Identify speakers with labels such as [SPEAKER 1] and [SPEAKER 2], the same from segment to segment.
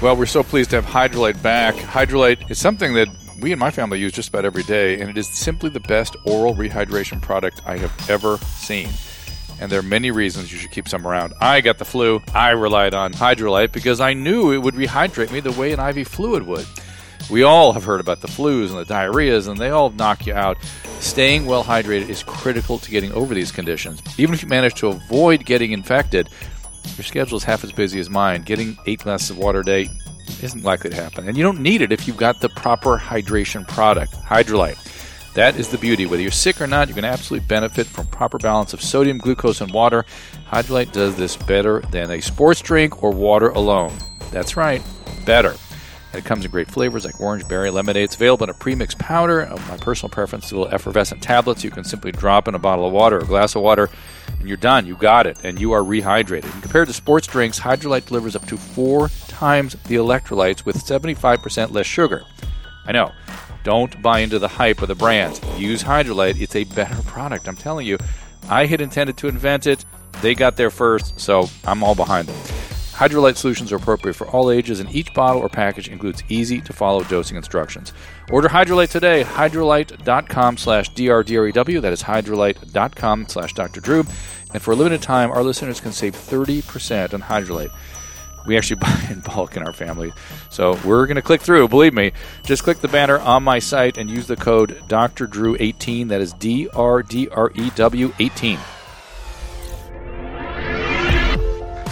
[SPEAKER 1] Well, we're so pleased to have Hydrolite back. Hydrolite is something that we and my family use just about every day, and it is simply the best oral rehydration product I have ever seen. And there are many reasons you should keep some around. I got the flu. I relied on Hydrolite because I knew it would rehydrate me the way an IV fluid would. We all have heard about the flus and the diarrheas, and they all knock you out. Staying well hydrated is critical to getting over these conditions. Even if you manage to avoid getting infected, your schedule is half as busy as mine. Getting eight glasses of water a day isn't likely to happen. And you don't need it if you've got the proper hydration product, Hydrolite. That is the beauty. Whether you're sick or not, you can absolutely benefit from proper balance of sodium, glucose, and water. Hydrolite does this better than a sports drink or water alone. That's right, better. And it comes in great flavors like orange, berry, lemonade. It's available in a premixed powder. Uh, My personal preference is little effervescent tablets. You can simply drop in a bottle of water or a glass of water, and you're done. You got it, and you are rehydrated. And compared to sports drinks, Hydrolite delivers up to four times the electrolytes with 75% less sugar. I know. Don't buy into the hype of the brands. Use Hydrolite. It's a better product. I'm telling you. I had intended to invent it. They got there first, so I'm all behind them. Hydrolite solutions are appropriate for all ages, and each bottle or package includes easy to follow dosing instructions. Order Hydrolite today, hydrolite.com slash DRDREW. E That is hydrolite.com slash Dr. Drew. And for a limited time, our listeners can save 30% on Hydrolite. We actually buy in bulk in our family. So we're going to click through, believe me. Just click the banner on my site and use the code Dr. Drew 18. That is D R D R E W 18.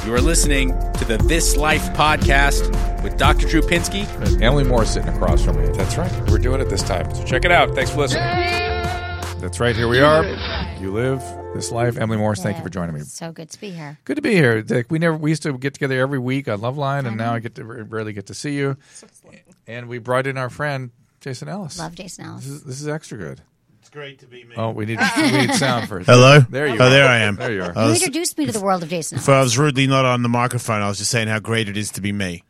[SPEAKER 2] You are listening to the This Life podcast with Dr. Drew Pinsky.
[SPEAKER 1] Emily Moore is sitting across from me. That's right. We're doing it this time. So check it out. Thanks for listening. That's right. Here we are. You live this life. Emily Morris, thank you for joining me.
[SPEAKER 3] So good to be here.
[SPEAKER 1] Good to be here. Like we never we used to get together every week on Love Line, and now I get to rarely get to see you. And we brought in our friend Jason Ellis.
[SPEAKER 3] Love Jason Ellis.
[SPEAKER 1] This is, this is extra good.
[SPEAKER 4] It's great to be me.
[SPEAKER 1] Oh, we need we need sound first.
[SPEAKER 4] Hello.
[SPEAKER 1] There you
[SPEAKER 4] Oh,
[SPEAKER 1] are.
[SPEAKER 4] there I am.
[SPEAKER 1] There you are.
[SPEAKER 4] I
[SPEAKER 3] You
[SPEAKER 4] was,
[SPEAKER 3] introduced me to the world of Jason Ellis.
[SPEAKER 4] if I was rudely not on the microphone, I was just saying how great it is to be me.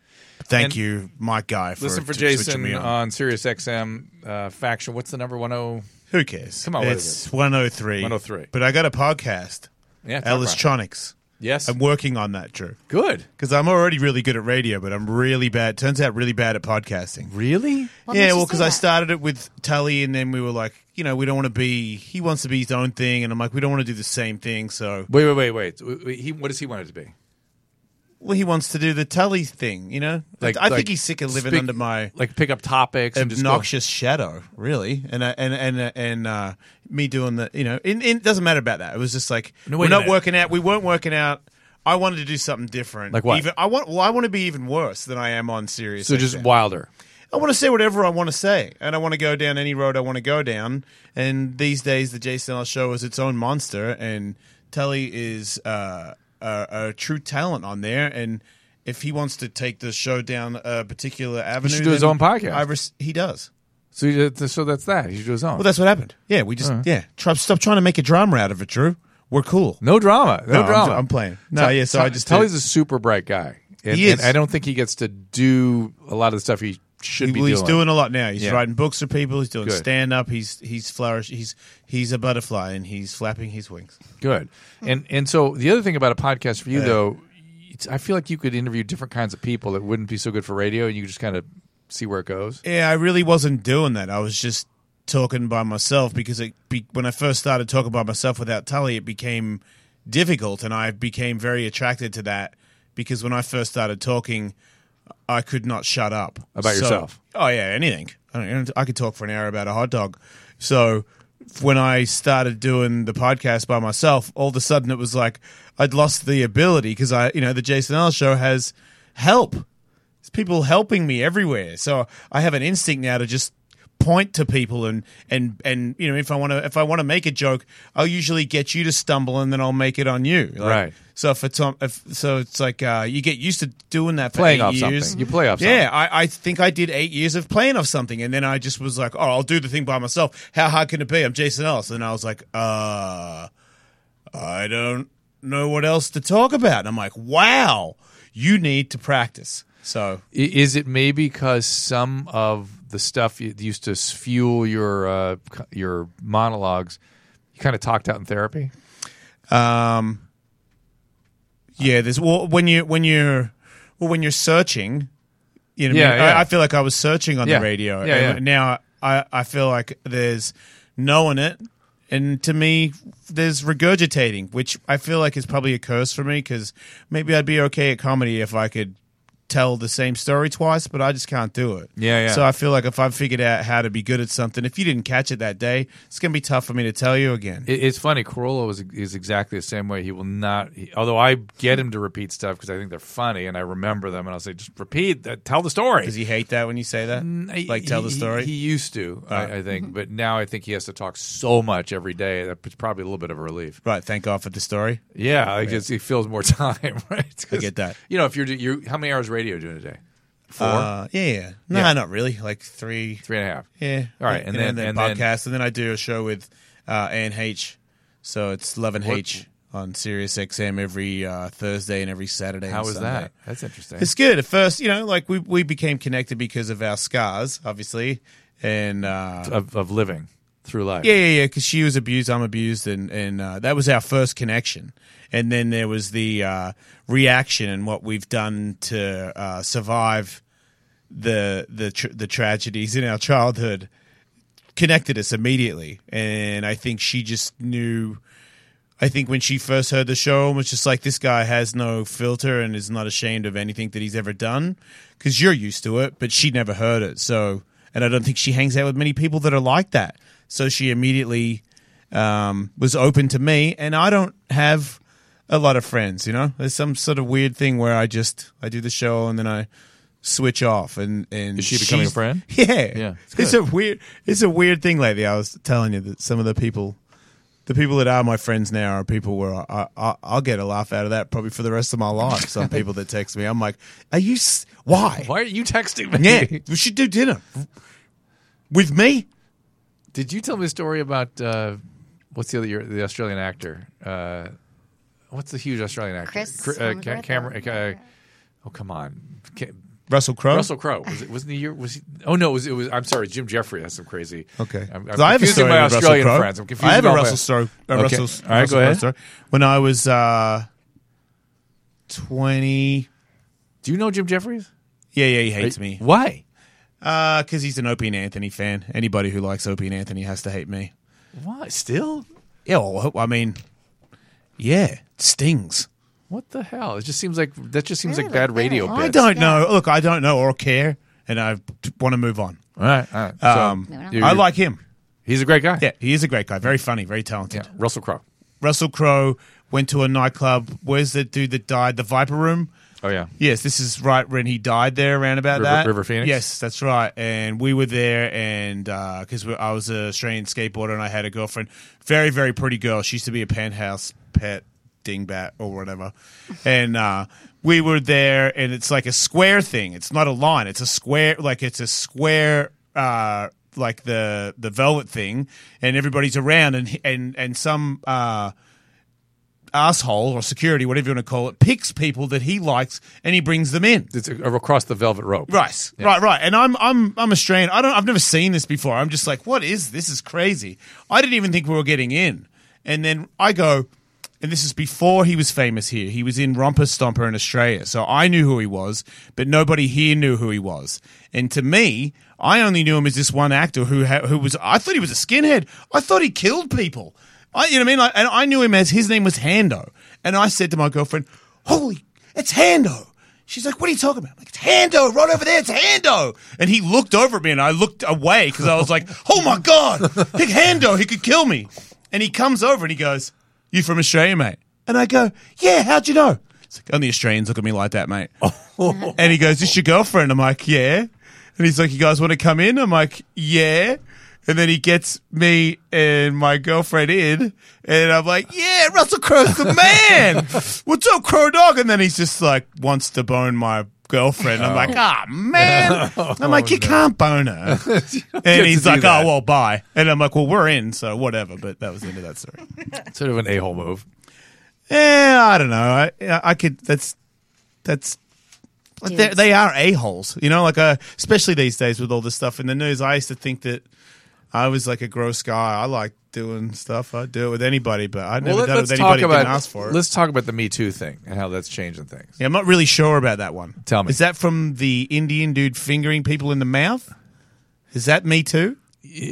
[SPEAKER 4] Thank
[SPEAKER 1] And-
[SPEAKER 4] you, Mike Guy, for
[SPEAKER 1] Listen for
[SPEAKER 4] t- switching
[SPEAKER 1] Jason uh,
[SPEAKER 4] me
[SPEAKER 1] on.
[SPEAKER 4] on.
[SPEAKER 1] Sirius XM uh, faction. What's the number one oh
[SPEAKER 4] Who cares?
[SPEAKER 1] Come on, oh what is
[SPEAKER 4] it's one hundred and three.
[SPEAKER 1] 103.
[SPEAKER 4] But I got a podcast,
[SPEAKER 1] yeah, talk about it.
[SPEAKER 4] Electronics.
[SPEAKER 1] Yes.
[SPEAKER 4] I'm working on that, Drew,
[SPEAKER 1] Good.
[SPEAKER 4] because I'm already really good at radio, but I'm really bad. Turns out, really bad at podcasting.
[SPEAKER 1] Really?
[SPEAKER 3] What makes
[SPEAKER 4] yeah,
[SPEAKER 3] you say
[SPEAKER 4] well, because I
[SPEAKER 3] that?
[SPEAKER 4] started it with Tully, and then we were like, you know, we don't want to be. He wants to be his own thing, and I'm like, we don't want to do the same thing. So,
[SPEAKER 1] Wait, wait, wait, wait. Wait, wait, He, what does he want it to be?
[SPEAKER 4] well, he wants to do the Tully thing, you know.
[SPEAKER 1] Like-
[SPEAKER 4] I think
[SPEAKER 1] like
[SPEAKER 4] he's sick of living
[SPEAKER 1] speak-
[SPEAKER 4] under my
[SPEAKER 1] Like pick up topics and just go-
[SPEAKER 4] obnoxious shadow, really, and uh, and and uh, and uh, me doing the you know, it, it doesn't matter about that. It was just like
[SPEAKER 1] No, wait
[SPEAKER 4] we're
[SPEAKER 1] a
[SPEAKER 4] not
[SPEAKER 1] minute.
[SPEAKER 4] working out. We weren't working out. I wanted to do something different.
[SPEAKER 1] Like what?
[SPEAKER 4] Even, I want. Well, I want to be even worse than I am on serious.
[SPEAKER 1] So just
[SPEAKER 4] XM.
[SPEAKER 1] wilder.
[SPEAKER 4] I want to say whatever I want to say, and I want to go down any road I want to go down. And these days, the Jason Ellis show is its own monster, and Telly is uh, a, a true talent on there. And if he wants to take the show down a particular avenue,
[SPEAKER 1] do his
[SPEAKER 4] then
[SPEAKER 1] own podcast.
[SPEAKER 4] I res- he does.
[SPEAKER 1] So you, so that's that. He should do his own.
[SPEAKER 4] Well, that's what happened. Yeah, we just yeah. Try, stop trying to make a drama out of it, Drew. We're cool.
[SPEAKER 1] no drama. No,
[SPEAKER 4] No, I'm-
[SPEAKER 1] drama.
[SPEAKER 4] I'm playing. No, yeah, so I just
[SPEAKER 1] Tully's
[SPEAKER 4] did-
[SPEAKER 1] a super bright guy. And,
[SPEAKER 4] He
[SPEAKER 1] and
[SPEAKER 4] is.
[SPEAKER 1] I don't think he gets to do a lot of the stuff he should be
[SPEAKER 4] well, he's
[SPEAKER 1] doing.
[SPEAKER 4] doing a lot now. He's
[SPEAKER 1] Yeah.
[SPEAKER 4] writing books for people. He's doing
[SPEAKER 1] Good.
[SPEAKER 4] stand up. He's he's flourish. He's he's a butterfly and he's flapping his wings.
[SPEAKER 1] Good. And and so the other thing about a podcast for you though, it's, I feel like you could interview different kinds of people that wouldn't be so good for radio, and you could just kind of see where it goes.
[SPEAKER 4] Yeah, I really wasn't doing that. I was just talking by myself because it be, when I first started talking by myself without Tully, it became difficult, and I became very attracted to that because when I first started talking, I could not shut up
[SPEAKER 1] About
[SPEAKER 4] So-
[SPEAKER 1] yourself?
[SPEAKER 4] Oh yeah, anything. I, don't- I could talk for an hour about a hot dog. So when I started doing the podcast by myself, all of a sudden it was like I'd lost the ability because I, you know, the Jason Ellis show has help. There's people helping me everywhere. So I have an instinct now to just point to people and and and you know if I want to if I want to make a joke, I'll usually get you to stumble and then I'll make it on you. Like,
[SPEAKER 1] Right.
[SPEAKER 4] So if it's on, if so it's like uh, you get used to doing that for
[SPEAKER 1] Playing
[SPEAKER 4] eight
[SPEAKER 1] off something.
[SPEAKER 4] years.
[SPEAKER 1] You play off
[SPEAKER 4] Yeah, yeah, I, I think I did eight years of playing off something, and then I just was like, "Oh, I'll do the thing by myself. How hard can it be?" I'm Jason Ellis, and I was like, "Uh, I don't know what else to talk about." And I'm like, "Wow, you need to practice." So
[SPEAKER 1] I- Is it maybe because some of the stuff you- that used to s- fuel your uh, c- your monologues, you kind of talked out in therapy?
[SPEAKER 4] Um, yeah, there's well when you when you're well when you're searching, you know, what I,
[SPEAKER 1] Yeah,
[SPEAKER 4] mean? I-
[SPEAKER 1] yeah.
[SPEAKER 4] I, feel like I was searching on
[SPEAKER 1] Yeah.
[SPEAKER 4] the radio.
[SPEAKER 1] Yeah,
[SPEAKER 4] and
[SPEAKER 1] yeah.
[SPEAKER 4] Now I I feel like there's knowing it, and to me there's regurgitating, which I feel like is probably a curse for me because maybe I'd be okay at comedy if I could tell the same story twice, but I just can't do it.
[SPEAKER 1] Yeah, yeah.
[SPEAKER 4] So I feel like if I've figured out how to be good at something, if you didn't catch it that day, it's gonna be tough for me to tell you again.
[SPEAKER 1] It, it's funny. Corolla is, is exactly the same way. He will not. He, although I get him to repeat stuff because I think they're funny and I remember them, and I'll say, "Just repeat. That, tell the story."
[SPEAKER 4] Does he hate that when you say that? Like tell the
[SPEAKER 1] He-
[SPEAKER 4] story.
[SPEAKER 1] He,
[SPEAKER 4] Uh-huh.
[SPEAKER 1] he used to, I, I think, but now I think he has to talk so much every day. that It's probably a little bit of a relief.
[SPEAKER 4] right. Thank God for the story.
[SPEAKER 1] Yeah, like it's, it feels more time, right? 'Cause,
[SPEAKER 4] get that.
[SPEAKER 1] You know, if you're do- you, how many hours radio are you doing a day? Four,
[SPEAKER 4] Uh, yeah, yeah. No,
[SPEAKER 1] Yeah.
[SPEAKER 4] not really. Like three.
[SPEAKER 1] three and a half.
[SPEAKER 4] Yeah.
[SPEAKER 1] All right, and
[SPEAKER 4] You know,
[SPEAKER 1] then- and then-
[SPEAKER 4] podcast, and then I do a show with uh, Anne H. So it's Love and H on Sirius XM every uh, Thursday and every Saturday.
[SPEAKER 1] How
[SPEAKER 4] and
[SPEAKER 1] is
[SPEAKER 4] Sunday.
[SPEAKER 1] that? That's interesting.
[SPEAKER 4] It's good. At first, you know, like we we became connected because of our scars, obviously, and uh,
[SPEAKER 1] of, of living through life.
[SPEAKER 4] Yeah, yeah, yeah. Because she was abused, I'm abused, and and uh, that was our first connection. And then there was the uh, reaction and what we've done to uh, survive the the tr- the tragedies in our childhood connected us immediately. And I think she just knew. I think when she first heard the show and was just like, this guy has no filter and is not ashamed of anything that he's ever done because you're used to it, but she never heard it. So, and I don't think she hangs out with many people that are like that. So she immediately um, was open to me. And I don't have a lot of friends, you know? There's some sort of weird thing where I just, I do the show and then I switch off and and
[SPEAKER 1] Is she becoming a
[SPEAKER 4] she's-
[SPEAKER 1] friend?
[SPEAKER 4] yeah
[SPEAKER 1] Yeah, it's
[SPEAKER 4] it's, a weird it's a weird thing lately i was telling you that some of the people the people that are my friends now are people where I, I, I'll get a laugh out of that probably for the rest of my life. Some people that text me, I'm like, "Are you? s- Why?
[SPEAKER 1] Why are you texting me?
[SPEAKER 4] Yeah, we should do dinner with me."
[SPEAKER 1] Did you tell me a story about uh, what's the other your, the Australian actor? Uh, what's the huge Australian actor?
[SPEAKER 5] Chris
[SPEAKER 1] Cr- uh, Ca-
[SPEAKER 5] Hemsworth
[SPEAKER 1] Cameron.
[SPEAKER 5] or-
[SPEAKER 1] Uh, oh come on, Ca-
[SPEAKER 4] Russell Crowe.
[SPEAKER 1] Russell Crowe was it? Wasn't the year? Was he? Oh no, it was. It was I'm sorry, Jim Jeffrey. That's some crazy.
[SPEAKER 4] Okay.
[SPEAKER 1] I'm, I'm
[SPEAKER 4] 'Cause I have a
[SPEAKER 1] confusing
[SPEAKER 4] story
[SPEAKER 1] my
[SPEAKER 4] with
[SPEAKER 1] Australian
[SPEAKER 4] Russell Crowe.
[SPEAKER 1] friends. I'm confusing
[SPEAKER 4] I have a
[SPEAKER 1] all my-
[SPEAKER 4] Russell story. A
[SPEAKER 1] Okay.
[SPEAKER 4] Russell,
[SPEAKER 1] All right,
[SPEAKER 4] Russell
[SPEAKER 1] go
[SPEAKER 4] Crowe
[SPEAKER 1] ahead.
[SPEAKER 4] story. When I was uh, twenty,
[SPEAKER 1] Do you know Jim Jeffries?
[SPEAKER 4] yeah, yeah, he hates me.
[SPEAKER 1] Why?
[SPEAKER 4] Uh, because he's an Opie and Anthony fan. Anybody who likes Opie and Anthony has to hate me.
[SPEAKER 1] Why? Still?
[SPEAKER 4] Yeah, well, I mean, yeah, it stings.
[SPEAKER 1] What the hell? It just seems like that. Just seems like
[SPEAKER 5] Really?
[SPEAKER 1] bad radio.
[SPEAKER 5] Really?
[SPEAKER 1] bits.
[SPEAKER 4] I don't know. Look, I don't know or care, and I want to move on.
[SPEAKER 1] All right. All right. So,
[SPEAKER 4] Um,
[SPEAKER 5] Moving on.
[SPEAKER 1] you-
[SPEAKER 4] I like him.
[SPEAKER 1] He's a great guy.
[SPEAKER 4] Yeah, he is a great guy. Very funny, very talented.
[SPEAKER 1] Yeah, Russell Crowe.
[SPEAKER 4] Russell Crowe went to a nightclub. Where's the dude that died? The Viper Room?
[SPEAKER 1] Oh yeah.
[SPEAKER 4] Yes, this is right when he died there, around about
[SPEAKER 1] River-
[SPEAKER 4] that.
[SPEAKER 1] River Phoenix?
[SPEAKER 4] Yes, that's right. And we were there, and because we I was a Australian skateboarder, and I had a girlfriend, very very pretty girl. She used to be a penthouse pet dingbat or whatever, and uh, we were there, and it's like a square thing. It's not a line. It's a square, like it's a square. Uh, like the the velvet thing, and everybody's around, and and and some uh, asshole or security, whatever you want to call it, picks people that he likes, and he brings them in.
[SPEAKER 1] It's a- across the velvet rope.
[SPEAKER 4] Right, right, right. And I'm I'm I'm Australian. I don't. I've never seen this before. I'm just like, what is this? Is crazy. I didn't even think we were getting in. And then I go, and this is before he was famous here. He was in Romper Stomper in Australia, so I knew who he was, but nobody here knew who he was. And to me, I only knew him as this one actor who ha- who was. I thought he was a skinhead. I thought he killed people. I, you know what I mean? Like, and I knew him as his name was Hando. And I said to my girlfriend, "Holy it's Hando. She's like, what are you talking about? I'm like, it's Hando, right over there, it's Hando. And he looked over at me and I looked away because I was like, oh my God, Big Hando, he could kill me. And he comes over and he goes, you from Australia, mate? And I go, yeah, how'd you know? It's like, only Australians look at me like that, mate. and he goes, this your girlfriend? I'm like, yeah. And he's like, you guys want to come in? I'm like, yeah. And then he gets me and my girlfriend in, and I'm like, "Yeah, Russell Crowe's the man. What's up, Crow Dog?" And then he's just like, wants to bone my girlfriend. I'm like, "Ah, man!" I'm like,
[SPEAKER 1] Oh,
[SPEAKER 4] "You can't bone her." and he's
[SPEAKER 1] do
[SPEAKER 4] like,
[SPEAKER 1] that.
[SPEAKER 4] "Oh, well, bye." And I'm like, "Well, we're in, so whatever." But that was the end of that story.
[SPEAKER 1] Sort of an a hole move.
[SPEAKER 4] Yeah, I don't know. I yeah, I could. That's that's. but they-
[SPEAKER 3] Dudes.
[SPEAKER 4] They are a holes, you know. Like uh, especially these days with all this stuff in the news. I used to think that I was like a gross guy. I like doing stuff. I'd do it with anybody, but I'd never
[SPEAKER 1] Well,
[SPEAKER 4] done it
[SPEAKER 1] let,
[SPEAKER 4] with
[SPEAKER 1] us talk
[SPEAKER 4] anybody that
[SPEAKER 1] about
[SPEAKER 4] didn't ask for it.
[SPEAKER 1] let's talk about the Me Too thing and how that's changing things.
[SPEAKER 4] Yeah, I'm not really sure about that one.
[SPEAKER 1] Tell me.
[SPEAKER 4] is that from the Indian dude fingering people in the mouth? Is that me too?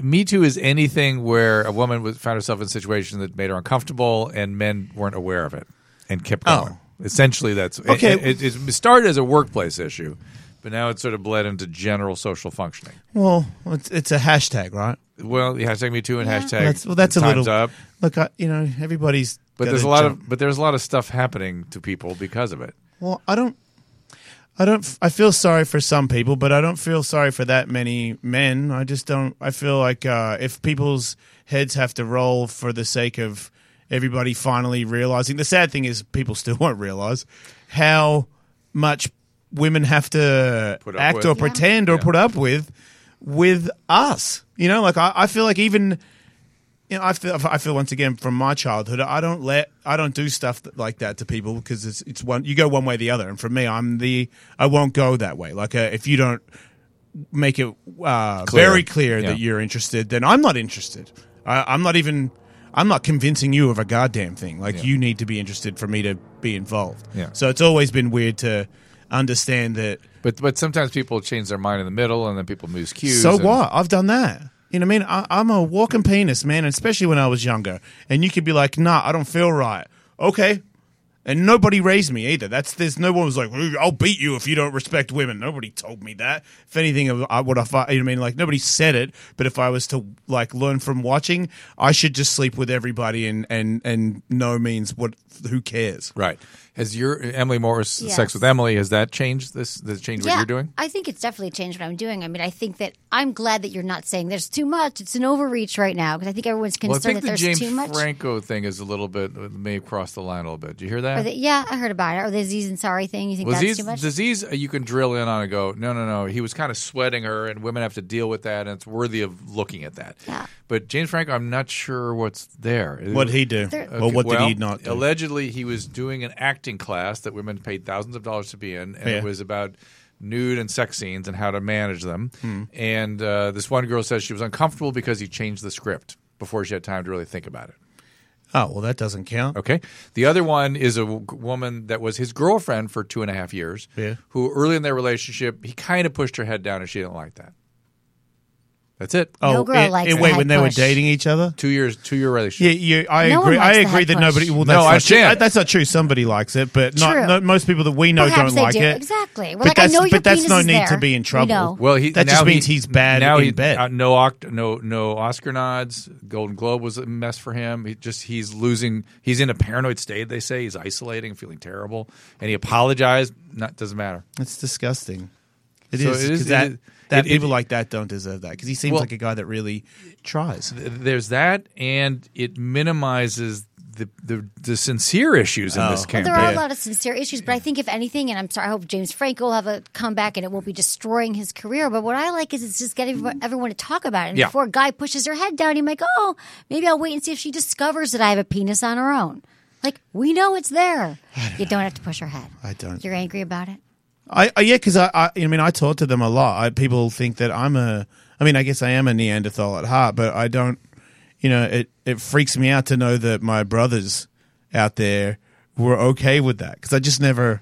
[SPEAKER 1] Me Too is anything where a woman was, found herself in a situation that made her uncomfortable and men weren't aware of it and kept
[SPEAKER 4] Oh.
[SPEAKER 1] going. Essentially, that's
[SPEAKER 4] Okay.
[SPEAKER 1] It, it, it started as a workplace issue, but now it's sort of bled into general social functioning.
[SPEAKER 4] Well, it's, it's a hashtag, right?
[SPEAKER 1] Well, the hashtag Me Too and hashtag
[SPEAKER 4] That's, well, that's a
[SPEAKER 1] Time's
[SPEAKER 4] little.
[SPEAKER 1] Up.
[SPEAKER 4] Look, I, you know, everybody's.
[SPEAKER 1] But
[SPEAKER 4] got
[SPEAKER 1] there's a lot
[SPEAKER 4] jump.
[SPEAKER 1] of but there's a lot of stuff happening to people because of it.
[SPEAKER 4] Well, I don't. I don't. I feel sorry for some people, but I don't feel sorry for that many men. I just don't. I feel like uh, if people's heads have to roll for the sake of everybody finally realizing, the sad thing is people still won't realize how much women have to
[SPEAKER 1] Put up
[SPEAKER 4] act
[SPEAKER 1] with.
[SPEAKER 4] or pretend or put up with with us. You know, like I, I feel like even you know, I feel I feel once again from my childhood, I don't let I don't do stuff that, like that to people because it's it's one you go one way or the other, and for me, I'm the I won't go that way. Like uh, if you don't make it uh,
[SPEAKER 1] Clear.
[SPEAKER 4] very clear
[SPEAKER 1] Yeah.
[SPEAKER 4] that you're interested, then I'm not interested. I, I'm not even. I'm not convincing you of a goddamn thing. Like you need to be interested for me to be involved.
[SPEAKER 1] Yeah.
[SPEAKER 4] So it's always been weird to understand that.
[SPEAKER 1] But but sometimes people change their mind in the middle and then people lose cues.
[SPEAKER 4] So
[SPEAKER 1] and-
[SPEAKER 4] what? I've done that. You know what I mean? I, I'm a walking penis, man, especially when I was younger. And you could be like, nah, I don't feel right. Okay. And nobody raised me either. That's there's no one was like, "Ooh, I'll beat you if you don't respect women. Nobody told me that. If anything, I would have. You know what I mean? Like nobody said it. But if I was to like learn from watching, I should just sleep with everybody and and and no means what. Who cares?
[SPEAKER 1] Right. Has your Emily Morris
[SPEAKER 3] Yes.
[SPEAKER 1] sex with Emily? Has that changed this? This changed what
[SPEAKER 3] yeah,
[SPEAKER 1] you're doing?
[SPEAKER 3] I think it's definitely changed what I'm doing. I mean, I think that I'm glad that you're not saying there's too much. It's an overreach right now because I think everyone's
[SPEAKER 1] Well, I
[SPEAKER 3] concerned
[SPEAKER 1] think
[SPEAKER 3] that
[SPEAKER 1] the
[SPEAKER 3] there's
[SPEAKER 1] James
[SPEAKER 3] too much.
[SPEAKER 1] Franco thing is a little bit may have crossed the line a little bit. Do you hear
[SPEAKER 3] Or
[SPEAKER 1] that?
[SPEAKER 3] the- yeah, I heard about it. Or the Aziz Ansari thing. You think
[SPEAKER 1] Was
[SPEAKER 3] that's
[SPEAKER 1] these
[SPEAKER 3] too much?
[SPEAKER 1] disease uh, you can drill in on and go, no, no, no. He was kind of sweating her, and women have to deal with that, and it's worthy of looking at that.
[SPEAKER 3] Yeah.
[SPEAKER 1] But James Franco, I'm not sure what's there.
[SPEAKER 4] What would he do?
[SPEAKER 3] There-
[SPEAKER 4] Or what did he not do?
[SPEAKER 1] Allegedly, he was doing an acting class that women paid thousands of dollars to be in, and
[SPEAKER 4] Yeah.
[SPEAKER 1] it was about nude and sex scenes and how to manage them.
[SPEAKER 4] Hmm.
[SPEAKER 1] And uh, this one girl says she was uncomfortable because he changed the script before she had time to really think about it.
[SPEAKER 4] oh well, that doesn't count.
[SPEAKER 1] Okay. The other one is a w- woman that was his girlfriend for two and a half years.
[SPEAKER 4] Yeah.
[SPEAKER 1] Who early in their relationship, he kind of pushed her head down, and she didn't like that. That's it.
[SPEAKER 3] No girl
[SPEAKER 4] and-
[SPEAKER 3] likes
[SPEAKER 4] and
[SPEAKER 3] the
[SPEAKER 4] wait,
[SPEAKER 3] head
[SPEAKER 4] when they were
[SPEAKER 3] push.
[SPEAKER 4] dating each other.
[SPEAKER 1] Two years. Two year
[SPEAKER 4] Yeah,
[SPEAKER 1] relationship.
[SPEAKER 4] you, I
[SPEAKER 3] No one
[SPEAKER 4] agree. I
[SPEAKER 3] likes the
[SPEAKER 4] agree
[SPEAKER 3] head
[SPEAKER 4] that
[SPEAKER 3] push.
[SPEAKER 4] nobody. Well,
[SPEAKER 1] No,
[SPEAKER 4] that's
[SPEAKER 1] I
[SPEAKER 4] not true.
[SPEAKER 1] understand.
[SPEAKER 4] That's not true. Somebody likes it, but not,
[SPEAKER 3] True.
[SPEAKER 4] no most people that we know
[SPEAKER 3] Perhaps
[SPEAKER 4] don't
[SPEAKER 3] they
[SPEAKER 4] like
[SPEAKER 3] do.
[SPEAKER 4] it.
[SPEAKER 3] Exactly. We're
[SPEAKER 4] but
[SPEAKER 3] like, I
[SPEAKER 4] that's,
[SPEAKER 3] know
[SPEAKER 4] but
[SPEAKER 3] your
[SPEAKER 4] that's
[SPEAKER 3] penis
[SPEAKER 4] no
[SPEAKER 3] is
[SPEAKER 4] need to
[SPEAKER 3] there.
[SPEAKER 4] be in
[SPEAKER 3] We
[SPEAKER 4] trouble.
[SPEAKER 3] know.
[SPEAKER 1] Well, he
[SPEAKER 4] that
[SPEAKER 1] now
[SPEAKER 4] just
[SPEAKER 1] he-
[SPEAKER 4] means he's bad
[SPEAKER 1] now
[SPEAKER 4] in
[SPEAKER 1] he-
[SPEAKER 4] bed.
[SPEAKER 1] uh, no, oct- no, no Oscar nods. Golden Globe was a mess for him. He just he's losing. He's in a paranoid state. They say he's isolating, feeling terrible, and he apologized. Not doesn't matter.
[SPEAKER 4] That's disgusting. It
[SPEAKER 1] So
[SPEAKER 4] is
[SPEAKER 1] it is-
[SPEAKER 4] 'cause
[SPEAKER 1] it
[SPEAKER 4] that
[SPEAKER 1] is- it-
[SPEAKER 4] that
[SPEAKER 1] it-
[SPEAKER 4] people like that don't deserve that because he seems
[SPEAKER 1] Well-
[SPEAKER 4] like a guy that really tries.
[SPEAKER 1] There's that, and it minimizes the the, the sincere issues in
[SPEAKER 4] Oh.
[SPEAKER 1] this
[SPEAKER 3] Well,
[SPEAKER 1] campaign.
[SPEAKER 3] there are a lot of sincere issues, but I think if anything, and I'm sorry, I hope James Franco will have a comeback and it won't be destroying his career. But what I like is it's just getting everyone- everyone to talk about it. And
[SPEAKER 1] Yeah.
[SPEAKER 3] before a guy pushes her head down, he might go, "Oh, maybe I'll wait and see if she discovers that I have a penis on her own." Like we know it's there. You don't have to push her head.
[SPEAKER 4] I don't.
[SPEAKER 3] You're angry about it.
[SPEAKER 4] I, I yeah, because I, I I mean I talk to them a lot. I, people think that I'm a I mean I guess I am a Neanderthal at heart, but I don't. You know, it it freaks me out to know that my brothers out there were okay with that because I just never.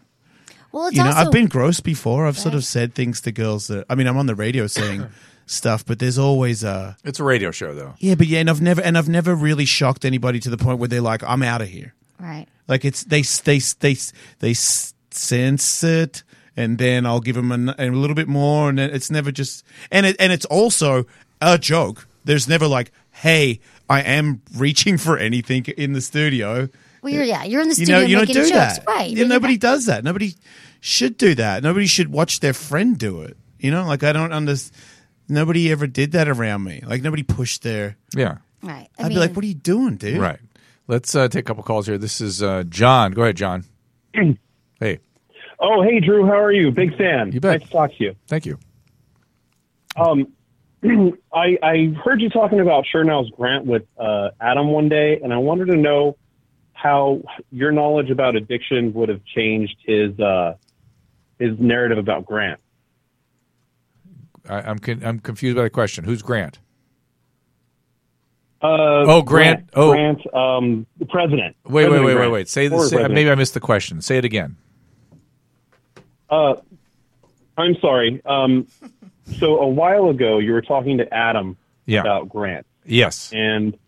[SPEAKER 3] Well, it's
[SPEAKER 4] you know,
[SPEAKER 3] also
[SPEAKER 4] I've been gross before. I've sort of said things to girls that I mean, I'm on the radio saying stuff, but there's always a
[SPEAKER 1] It's a radio show, though.
[SPEAKER 4] yeah, but yeah, and I've never and I've never really shocked anybody to the point where they're like, I'm out of here.
[SPEAKER 3] right.
[SPEAKER 4] Like it's they s- they s- they s- they s- sense it, and then I'll give him an, a little bit more, and it's never just and it, and it's also a joke. There's never like, hey, I am reaching for anything in the studio.
[SPEAKER 3] Well, you're, yeah, you're in the
[SPEAKER 4] You
[SPEAKER 3] studio
[SPEAKER 4] know, you don't
[SPEAKER 3] making
[SPEAKER 4] do
[SPEAKER 3] jokes,
[SPEAKER 4] that.
[SPEAKER 3] right?
[SPEAKER 4] Yeah,
[SPEAKER 3] making-
[SPEAKER 4] nobody does that. Nobody should do that. Nobody should watch their friend do it. You know, like I don't understand. Nobody ever did that around me. Like nobody pushed their.
[SPEAKER 1] Yeah.
[SPEAKER 3] Right.
[SPEAKER 4] I'd be like, "What are you doing, dude?"
[SPEAKER 1] Right. Let's uh, take a couple calls here. This is uh, John. Go ahead, John. hey,
[SPEAKER 5] Oh, hey, Drew. How are you? Big fan.
[SPEAKER 1] You bet.
[SPEAKER 5] Nice to talk to you.
[SPEAKER 1] thank you.
[SPEAKER 5] Um, I, I heard you talking about Chernow's grant with uh, Adam one day, and I wanted to know how your knowledge about addiction would have changed his uh, his narrative about Grant.
[SPEAKER 1] I, I'm con- I'm confused by the question. Who's Grant?
[SPEAKER 5] Uh,
[SPEAKER 1] Oh, Grant. Oh.
[SPEAKER 5] Grant, um, the president.
[SPEAKER 1] Wait, wait,
[SPEAKER 5] President
[SPEAKER 1] wait, wait,
[SPEAKER 5] Grant.
[SPEAKER 1] wait. Say
[SPEAKER 5] Former
[SPEAKER 1] this. Say,
[SPEAKER 5] president.
[SPEAKER 1] maybe I missed the question. Say it again.
[SPEAKER 5] Uh, I'm sorry. Um, so a while ago, you were talking to Adam
[SPEAKER 1] Yeah.
[SPEAKER 5] about Grant.
[SPEAKER 1] Yes.
[SPEAKER 5] and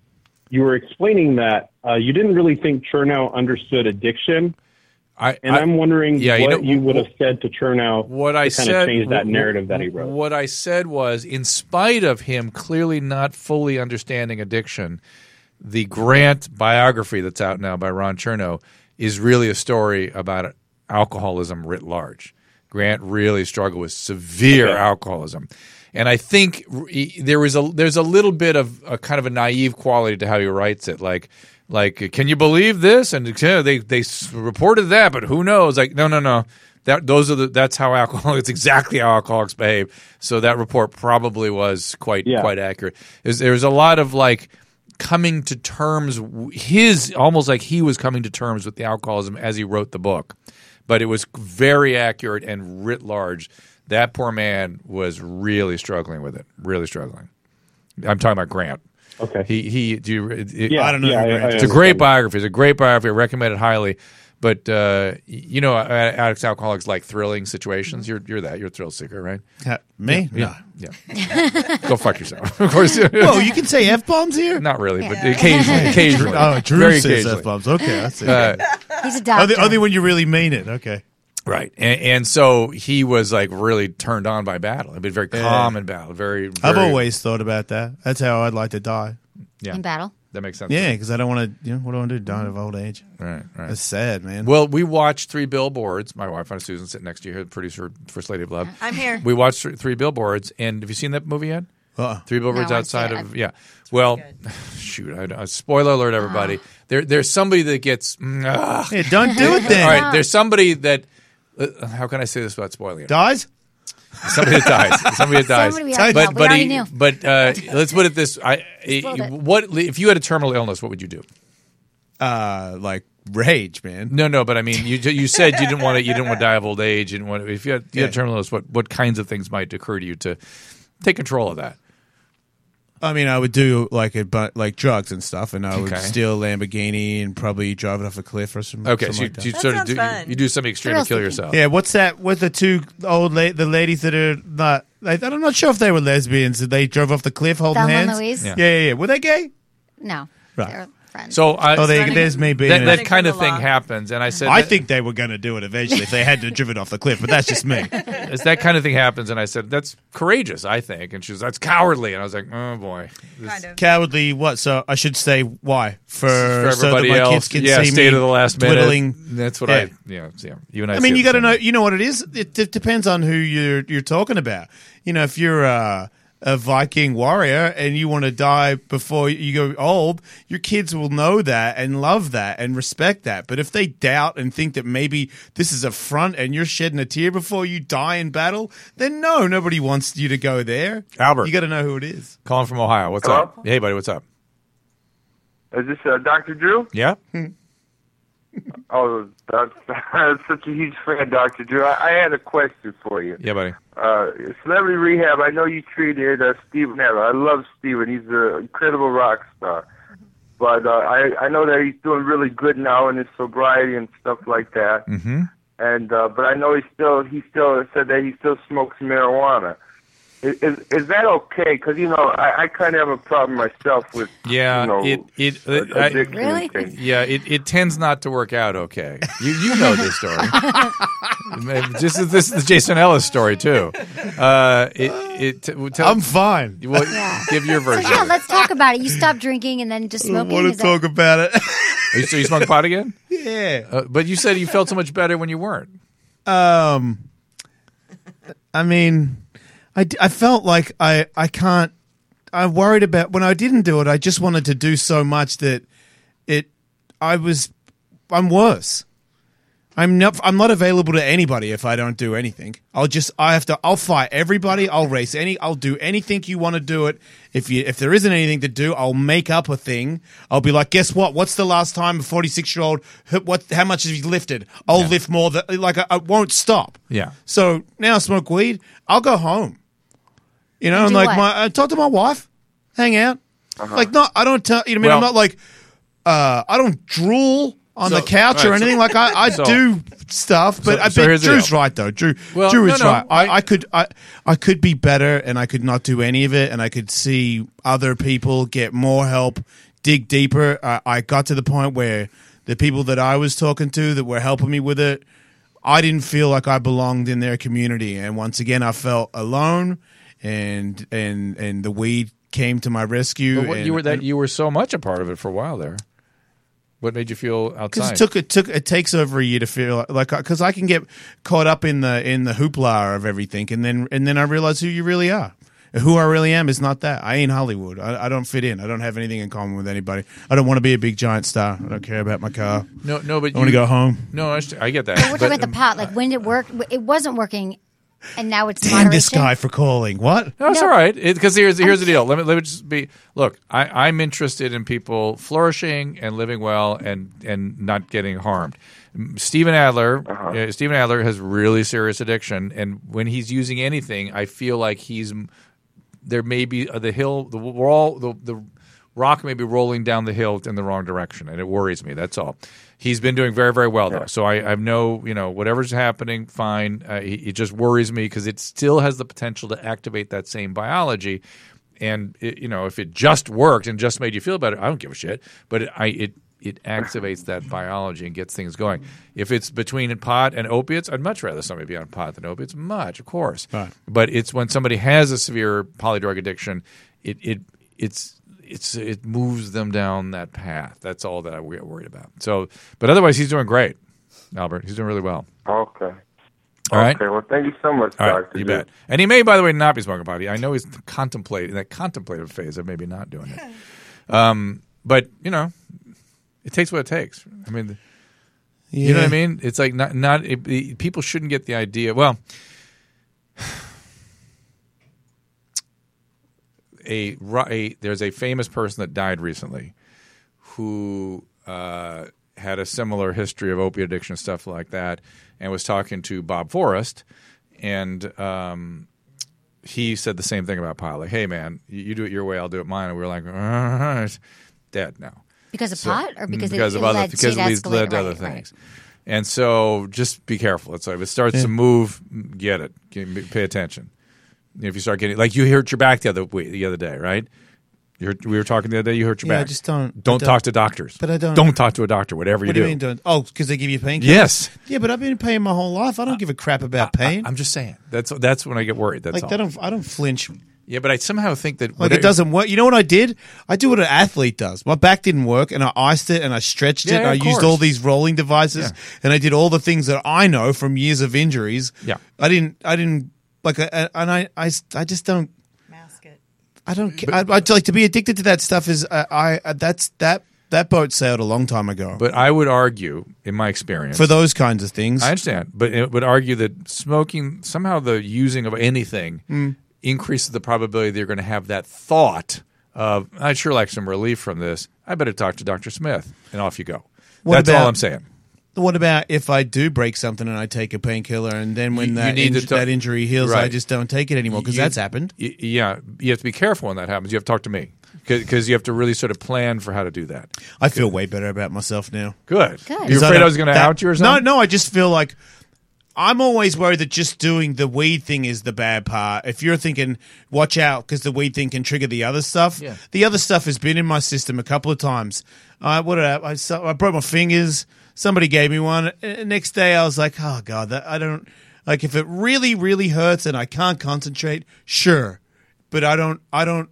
[SPEAKER 5] you were explaining that uh, you didn't really think Chernow understood addiction,
[SPEAKER 1] I,
[SPEAKER 5] and
[SPEAKER 1] I-
[SPEAKER 5] I, am wondering
[SPEAKER 1] yeah,
[SPEAKER 5] what
[SPEAKER 1] you
[SPEAKER 5] you,
[SPEAKER 1] know,
[SPEAKER 5] would have said to Chernow
[SPEAKER 1] what
[SPEAKER 5] to
[SPEAKER 1] I
[SPEAKER 5] kind
[SPEAKER 1] said
[SPEAKER 5] of change that
[SPEAKER 1] wh- wh-
[SPEAKER 5] narrative that he wrote.
[SPEAKER 1] What I said was, in spite of him clearly not fully understanding addiction, the Grant biography that's out now by Ron Chernow is really a story about alcoholism writ large. Grant really struggled with severe alcoholism, and I think r- he- there was a there's a little bit of a kind of a naive quality to how he writes it, like. Like, can you believe this? And yeah, they they s- reported that, but who knows? Like, no, no, no. That those are the that's how alcohol. It's exactly how alcoholics behave. So that report probably was quite
[SPEAKER 5] Yeah.
[SPEAKER 1] quite accurate. There's, there was a lot of like coming to terms w- his almost like he was coming to terms with the alcoholism as he wrote the book but it was very accurate and writ large that poor man was really struggling with it really struggling i'm talking about grant
[SPEAKER 5] Okay.
[SPEAKER 1] he he do you it,
[SPEAKER 5] yeah,
[SPEAKER 4] I don't know
[SPEAKER 5] yeah,
[SPEAKER 4] who Grant is.
[SPEAKER 1] it's a great biography. It's a great biography. I recommend it highly. But uh, y- you know, a- addicts, alcoholics like thrilling situations. You're you're that. You're a thrill seeker, right?
[SPEAKER 4] Ha- me?
[SPEAKER 1] Yeah. Go fuck yourself. of course.
[SPEAKER 4] No. Whoa, you can say f bombs here.
[SPEAKER 1] Not really, but occasionally, occasionally,
[SPEAKER 4] Oh, Drew
[SPEAKER 1] very
[SPEAKER 4] says
[SPEAKER 1] occasionally. Uh,
[SPEAKER 4] f bombs. Okay, that's it.
[SPEAKER 3] He's a
[SPEAKER 4] only,
[SPEAKER 3] doctor.
[SPEAKER 4] only when you really mean it. Okay.
[SPEAKER 1] Right, and, and so he was like really turned on by battle. He'd been very calm in battle. Very,
[SPEAKER 4] I've
[SPEAKER 1] very-
[SPEAKER 4] always thought about that. That's how I'd like to die.
[SPEAKER 1] yeah.
[SPEAKER 3] in battle.
[SPEAKER 1] That makes sense.
[SPEAKER 4] Yeah, because I don't want to. You know, what do I want to do? Die of old age.
[SPEAKER 1] right, right.
[SPEAKER 4] That's sad, man.
[SPEAKER 1] Well, we watched Three Billboards. My wife and Susan sitting next to you here, the producer for Slate of Love.
[SPEAKER 6] I'm here.
[SPEAKER 1] We watched Thr- Three Billboards, and have you seen that movie yet?
[SPEAKER 4] Uh-uh.
[SPEAKER 1] Three Billboards
[SPEAKER 3] No, I
[SPEAKER 1] outside
[SPEAKER 3] said-
[SPEAKER 1] of yeah. Well, shoot, I, don't- spoiler alert, everybody. There, there's somebody that gets. mm, ah.
[SPEAKER 4] yeah, don't do it then.
[SPEAKER 1] All right, there's somebody that. uh, how can I say this without spoiling it?
[SPEAKER 4] Dies.
[SPEAKER 1] Somebody that dies. Somebody that dies.
[SPEAKER 3] Somebody we already know.
[SPEAKER 1] but
[SPEAKER 3] We
[SPEAKER 1] but,
[SPEAKER 3] already
[SPEAKER 1] he-
[SPEAKER 3] knew.
[SPEAKER 1] but uh, let's put it this: I,
[SPEAKER 3] Spoiled it.
[SPEAKER 1] what if you had a terminal illness? What would you do?
[SPEAKER 4] Uh, like rage, man.
[SPEAKER 1] No, no, but I mean, you you said you didn't want to you didn't want to die of old age. You didn't want to, if you had, you had
[SPEAKER 4] Yeah.
[SPEAKER 1] terminal illness, what what kinds of things might occur to you to take control of that?
[SPEAKER 4] I mean, I would do like a bu- like drugs and stuff, and I would
[SPEAKER 1] Okay.
[SPEAKER 4] steal a Lamborghini and probably drive it off a cliff or some- something.
[SPEAKER 1] Okay, so you,
[SPEAKER 4] like that.
[SPEAKER 1] you
[SPEAKER 6] That
[SPEAKER 1] sort of
[SPEAKER 6] sounds
[SPEAKER 1] do you,
[SPEAKER 6] fun.
[SPEAKER 1] you do something extreme to
[SPEAKER 3] Thrill
[SPEAKER 1] kill
[SPEAKER 3] seeking.
[SPEAKER 1] yourself.
[SPEAKER 4] Yeah, what's that with the two old la- the ladies that are not like I'm not sure if they were lesbians. that They drove off the cliff holding
[SPEAKER 3] Thelma and
[SPEAKER 4] hands.
[SPEAKER 3] Louise?
[SPEAKER 4] Yeah.
[SPEAKER 3] Yeah.
[SPEAKER 4] yeah, yeah, Were they gay?
[SPEAKER 3] No,
[SPEAKER 4] Right.
[SPEAKER 3] they're friends.
[SPEAKER 1] So I,
[SPEAKER 4] Oh, they,
[SPEAKER 6] Running-
[SPEAKER 4] there's me being.
[SPEAKER 1] that,
[SPEAKER 4] a-
[SPEAKER 1] that kind of
[SPEAKER 6] Running
[SPEAKER 1] thing
[SPEAKER 6] along.
[SPEAKER 1] happens, and I said
[SPEAKER 4] I
[SPEAKER 1] that-
[SPEAKER 4] think they were going to do it eventually if they hadn't have driven off the cliff, but that's just me.
[SPEAKER 1] as that kind of thing happens, and I said that's courageous. I think, and she was that's cowardly, and I was like, oh boy,
[SPEAKER 6] Kind of.
[SPEAKER 4] Cowardly, what? So I should say why for,
[SPEAKER 1] for
[SPEAKER 4] so that
[SPEAKER 1] everybody
[SPEAKER 4] my
[SPEAKER 1] else,
[SPEAKER 4] kids can
[SPEAKER 1] yeah,
[SPEAKER 4] see
[SPEAKER 1] stay
[SPEAKER 4] me
[SPEAKER 1] to the last
[SPEAKER 4] twiddling.
[SPEAKER 1] minute. That's what I, yeah, yeah. You and I.
[SPEAKER 4] I
[SPEAKER 1] see
[SPEAKER 4] mean, you
[SPEAKER 1] it the
[SPEAKER 4] got to
[SPEAKER 1] same
[SPEAKER 4] know.
[SPEAKER 1] way.
[SPEAKER 4] You know what it is. It d- depends on who you're you're talking about. You know, if you're uh, a Viking warrior and you want to die before you go old, your kids will know that and love that and respect that. But if they doubt and think that maybe this is a front and you're shedding a tear before you die in battle, then no, nobody wants you to go there.
[SPEAKER 1] Albert.
[SPEAKER 4] you got to know who it is.
[SPEAKER 1] Colin from Ohio. What's
[SPEAKER 7] Hello?
[SPEAKER 1] up? Hey, buddy. What's up?
[SPEAKER 7] Is this uh, Dr. Drew?
[SPEAKER 1] Yeah.
[SPEAKER 7] Oh, that's, I'm such a huge fan, of Dr. Drew. I, I had a question for you.
[SPEAKER 1] Yeah, buddy.
[SPEAKER 7] Uh, celebrity Rehab, I know you treated uh, Steven Adler. I love Steven. He's an incredible rock star.
[SPEAKER 1] Mm-hmm.
[SPEAKER 7] But uh, I, I know that he's doing really good now in his sobriety and stuff like that. Mm-hmm. And uh, but I know he still he still said that he still smokes marijuana. Is, is, is that okay? Because you know, I, I kind of have a problem myself with
[SPEAKER 1] Yeah,
[SPEAKER 7] you know,
[SPEAKER 1] it it
[SPEAKER 7] a-
[SPEAKER 1] I-
[SPEAKER 7] addiction and
[SPEAKER 3] Really?
[SPEAKER 7] things.
[SPEAKER 1] yeah it, it tends not to work out okay. You you know this story. this is this is the Jason Ellis story too. Uh, it it tell,
[SPEAKER 6] I'm fine.
[SPEAKER 1] well, give your
[SPEAKER 3] So
[SPEAKER 1] version.
[SPEAKER 3] yeah, let's talk about it. You stopped drinking and then just
[SPEAKER 6] I
[SPEAKER 3] smoking.
[SPEAKER 6] want to
[SPEAKER 3] is
[SPEAKER 6] talk
[SPEAKER 3] that,
[SPEAKER 6] about it.
[SPEAKER 1] Are you, so you smoking pot again?
[SPEAKER 4] Yeah.
[SPEAKER 1] Uh, but you said you felt so much better when you weren't.
[SPEAKER 4] Um, I mean, I, d- I felt like I, I can't. I worried about when I didn't do it. I just wanted to do so much that it. I was. I'm worse. I'm not. I'm not available to anybody if I don't do anything. I'll just. I have to. I'll fight everybody. I'll race any. I'll do anything you want to do it. If you. If there isn't anything to do, I'll make up a thing. I'll be like, guess what? What's the last time a 46 year old? What? How much have you lifted? I'll lift more. Than, like I, I won't stop.
[SPEAKER 1] Yeah.
[SPEAKER 4] So now I smoke weed. I'll go home. You know,
[SPEAKER 3] And
[SPEAKER 4] I'm
[SPEAKER 3] do
[SPEAKER 4] like
[SPEAKER 3] what?
[SPEAKER 4] my. I talk to my wife. Hang out. Like not. I don't tell. You know what I
[SPEAKER 1] Uh-huh.
[SPEAKER 4] mean? I'm
[SPEAKER 1] Well-
[SPEAKER 4] not like. Uh, I don't drool on
[SPEAKER 1] So-
[SPEAKER 4] the couch
[SPEAKER 1] all
[SPEAKER 4] or
[SPEAKER 1] right, so-
[SPEAKER 4] anything. like I, I
[SPEAKER 1] so-
[SPEAKER 4] do stuff, but
[SPEAKER 1] so-
[SPEAKER 4] I
[SPEAKER 1] so
[SPEAKER 4] bet
[SPEAKER 1] here's the
[SPEAKER 4] Drew's
[SPEAKER 1] deal.
[SPEAKER 4] right though. Drew,
[SPEAKER 1] Well,
[SPEAKER 4] Drew
[SPEAKER 1] no,
[SPEAKER 4] is
[SPEAKER 1] no,
[SPEAKER 4] right. I,
[SPEAKER 1] I-
[SPEAKER 4] I could I, I could be better, and I could not do any of it, and I could see other people get more help, dig deeper. I, I got to the point where the people that I was talking to that were helping me with it, I didn't feel like I belonged in their community, and once again, I felt alone, and and and the weed came to my rescue.
[SPEAKER 1] But what,
[SPEAKER 4] and,
[SPEAKER 1] you were that
[SPEAKER 4] and-
[SPEAKER 1] you were so much a part of it for a while there. What made you feel
[SPEAKER 4] Because
[SPEAKER 1] outside?
[SPEAKER 4] it took it took it takes over a year to feel like because I can get caught up in the in the hoopla of everything, and then and then I realize who you really are. Who I really am is not that. I ain't Hollywood. I, I don't fit in. I don't have anything in common with anybody. I don't want to be a big giant star. I don't care about my car.
[SPEAKER 1] no, no, but
[SPEAKER 4] I want
[SPEAKER 1] you-
[SPEAKER 4] to go home.
[SPEAKER 1] No, I, understand- I get that.
[SPEAKER 3] but we're talking
[SPEAKER 1] but- um, uh,
[SPEAKER 3] about the pot. Like when it worked, it wasn't working, and now it's
[SPEAKER 4] Damn this
[SPEAKER 3] moderation.
[SPEAKER 4] guy for calling. What?
[SPEAKER 1] No, it's
[SPEAKER 3] No.
[SPEAKER 1] all right. Because here's here's the deal. Let me let me just be. Look, I, I'm interested in people flourishing and living well and and not getting harmed. Mm, Steven Adler,
[SPEAKER 4] Uh-huh.
[SPEAKER 1] uh, Steven Adler has really serious addiction, and when he's using anything, I feel like he's there may be uh, the hill, the wall, the the rock may be rolling down the hill in the wrong direction, and it worries me. That's all. He's been doing very very well though, so I, I know you know whatever's happening, fine. Uh, he- it just worries me because it still has the potential to activate that same biology. And it, you know, if it just worked and just made you feel better, I don't give a shit. But it, I it it activates that biology and gets things going. If it's between pot and opiates, I'd much rather somebody be on pot than opiates, much, of course. But it's when somebody has a severe polydrug addiction, it it it's it's it moves them down that path. That's all that I get worried about. So, but otherwise, he's doing great, Albert. He's doing really well.
[SPEAKER 7] Okay.
[SPEAKER 1] All right.
[SPEAKER 7] Oh, Okay. Well, thank you so much,
[SPEAKER 1] All right,
[SPEAKER 7] Doctor.
[SPEAKER 1] you bet. And he may, by the way, not be smoking pot. I know he's contemplating that contemplative phase of maybe not doing it. Um, but you know, it takes what it takes. I mean, you know what I mean? It's like not not it, it- people shouldn't get the idea. Well, a, ru- a there's a famous person that died recently who uh, had a similar history of opiate addiction stuff like that, and was talking to Bob Forrest, and um, he said the same thing about pot. Like, hey man, you, you do it your way, I'll do it mine. And we were like, dead now
[SPEAKER 3] because of
[SPEAKER 1] So-
[SPEAKER 3] pot, or because, it,
[SPEAKER 1] of
[SPEAKER 3] it
[SPEAKER 1] other
[SPEAKER 3] led
[SPEAKER 1] because
[SPEAKER 3] to
[SPEAKER 1] it
[SPEAKER 3] it
[SPEAKER 1] leads-
[SPEAKER 3] escalate,
[SPEAKER 1] led to
[SPEAKER 3] right,
[SPEAKER 1] other
[SPEAKER 3] right.
[SPEAKER 1] things. And so just be careful. It's like if it starts to move, get it. Get- Pay attention. If you start getting like you hurt your back the other week, the other day, right? You hurt, we were talking the other day. You hurt your
[SPEAKER 4] Yeah, I
[SPEAKER 1] back.
[SPEAKER 4] just don't- I
[SPEAKER 1] Don't
[SPEAKER 4] don't-
[SPEAKER 1] talk to doctors.
[SPEAKER 4] but I don't-
[SPEAKER 1] Don't talk to a doctor. Whatever you
[SPEAKER 4] What do
[SPEAKER 1] do.
[SPEAKER 4] you mean? Doing? Oh, because they give you painkillers.
[SPEAKER 1] Yes.
[SPEAKER 4] Yeah, but I've been in pain my whole life. I don't give a crap about pain.
[SPEAKER 1] I'm just saying. That's that's when I get worried. That's
[SPEAKER 4] like
[SPEAKER 1] all.
[SPEAKER 4] I don't. I don't flinch.
[SPEAKER 1] yeah, but I somehow think that
[SPEAKER 4] Like
[SPEAKER 1] whatever-
[SPEAKER 4] it doesn't work. You know what I did? I do what an athlete does. My back didn't work, and I iced it, and I stretched
[SPEAKER 1] Yeah,
[SPEAKER 4] it, and I
[SPEAKER 1] of
[SPEAKER 4] used
[SPEAKER 1] course.
[SPEAKER 4] all these rolling devices, and I did all the things that I know from years of injuries.
[SPEAKER 1] Yeah.
[SPEAKER 4] I didn't. I didn't like. I, I- and I, I. s- I just don't.
[SPEAKER 8] Mask it.
[SPEAKER 4] I don't. ca- I, I'd like to be addicted to that stuff. Is uh, I? Uh, that's that. That boat sailed a long time ago.
[SPEAKER 1] But I would argue, in my experience,
[SPEAKER 4] for those kinds of things,
[SPEAKER 1] I understand, but it would argue that smoking somehow the using of anything
[SPEAKER 4] Hmm.
[SPEAKER 1] increases the probability that you're going to have that thought of I'd sure like some relief from this. I better talk to Doctor Smith, and off you go.
[SPEAKER 4] What
[SPEAKER 1] That's all
[SPEAKER 4] about-
[SPEAKER 1] I'm saying.
[SPEAKER 4] What about if I do break something and I take a painkiller and then when
[SPEAKER 1] You- you
[SPEAKER 4] that,
[SPEAKER 1] need to
[SPEAKER 4] inj-
[SPEAKER 1] ta-
[SPEAKER 4] that injury heals, I
[SPEAKER 1] Right.
[SPEAKER 4] just don't take it anymore because
[SPEAKER 1] You-
[SPEAKER 4] that's happened.
[SPEAKER 1] Y- yeah, you have to be careful when that happens. You have to talk to me because you have to really sort of plan for how to do that.
[SPEAKER 4] I feel way better about myself now.
[SPEAKER 1] Good.
[SPEAKER 3] Good.
[SPEAKER 1] You're
[SPEAKER 3] Is
[SPEAKER 4] Because
[SPEAKER 1] afraid I,
[SPEAKER 4] don't-
[SPEAKER 1] was going to
[SPEAKER 4] that-
[SPEAKER 1] out you or something?
[SPEAKER 4] No, no. I just feel like I'm always worried that just doing the weed thing is the bad part. If you're thinking, watch out because the weed thing can trigger the other stuff.
[SPEAKER 1] Yeah.
[SPEAKER 4] The other stuff has been in my system a couple of times. I what did I, I, su- I broke my fingers. Somebody gave me one. Uh, Next day I was like, oh god, that I don't like. If it really, really hurts and I can't concentrate, sure, but I don't. I don't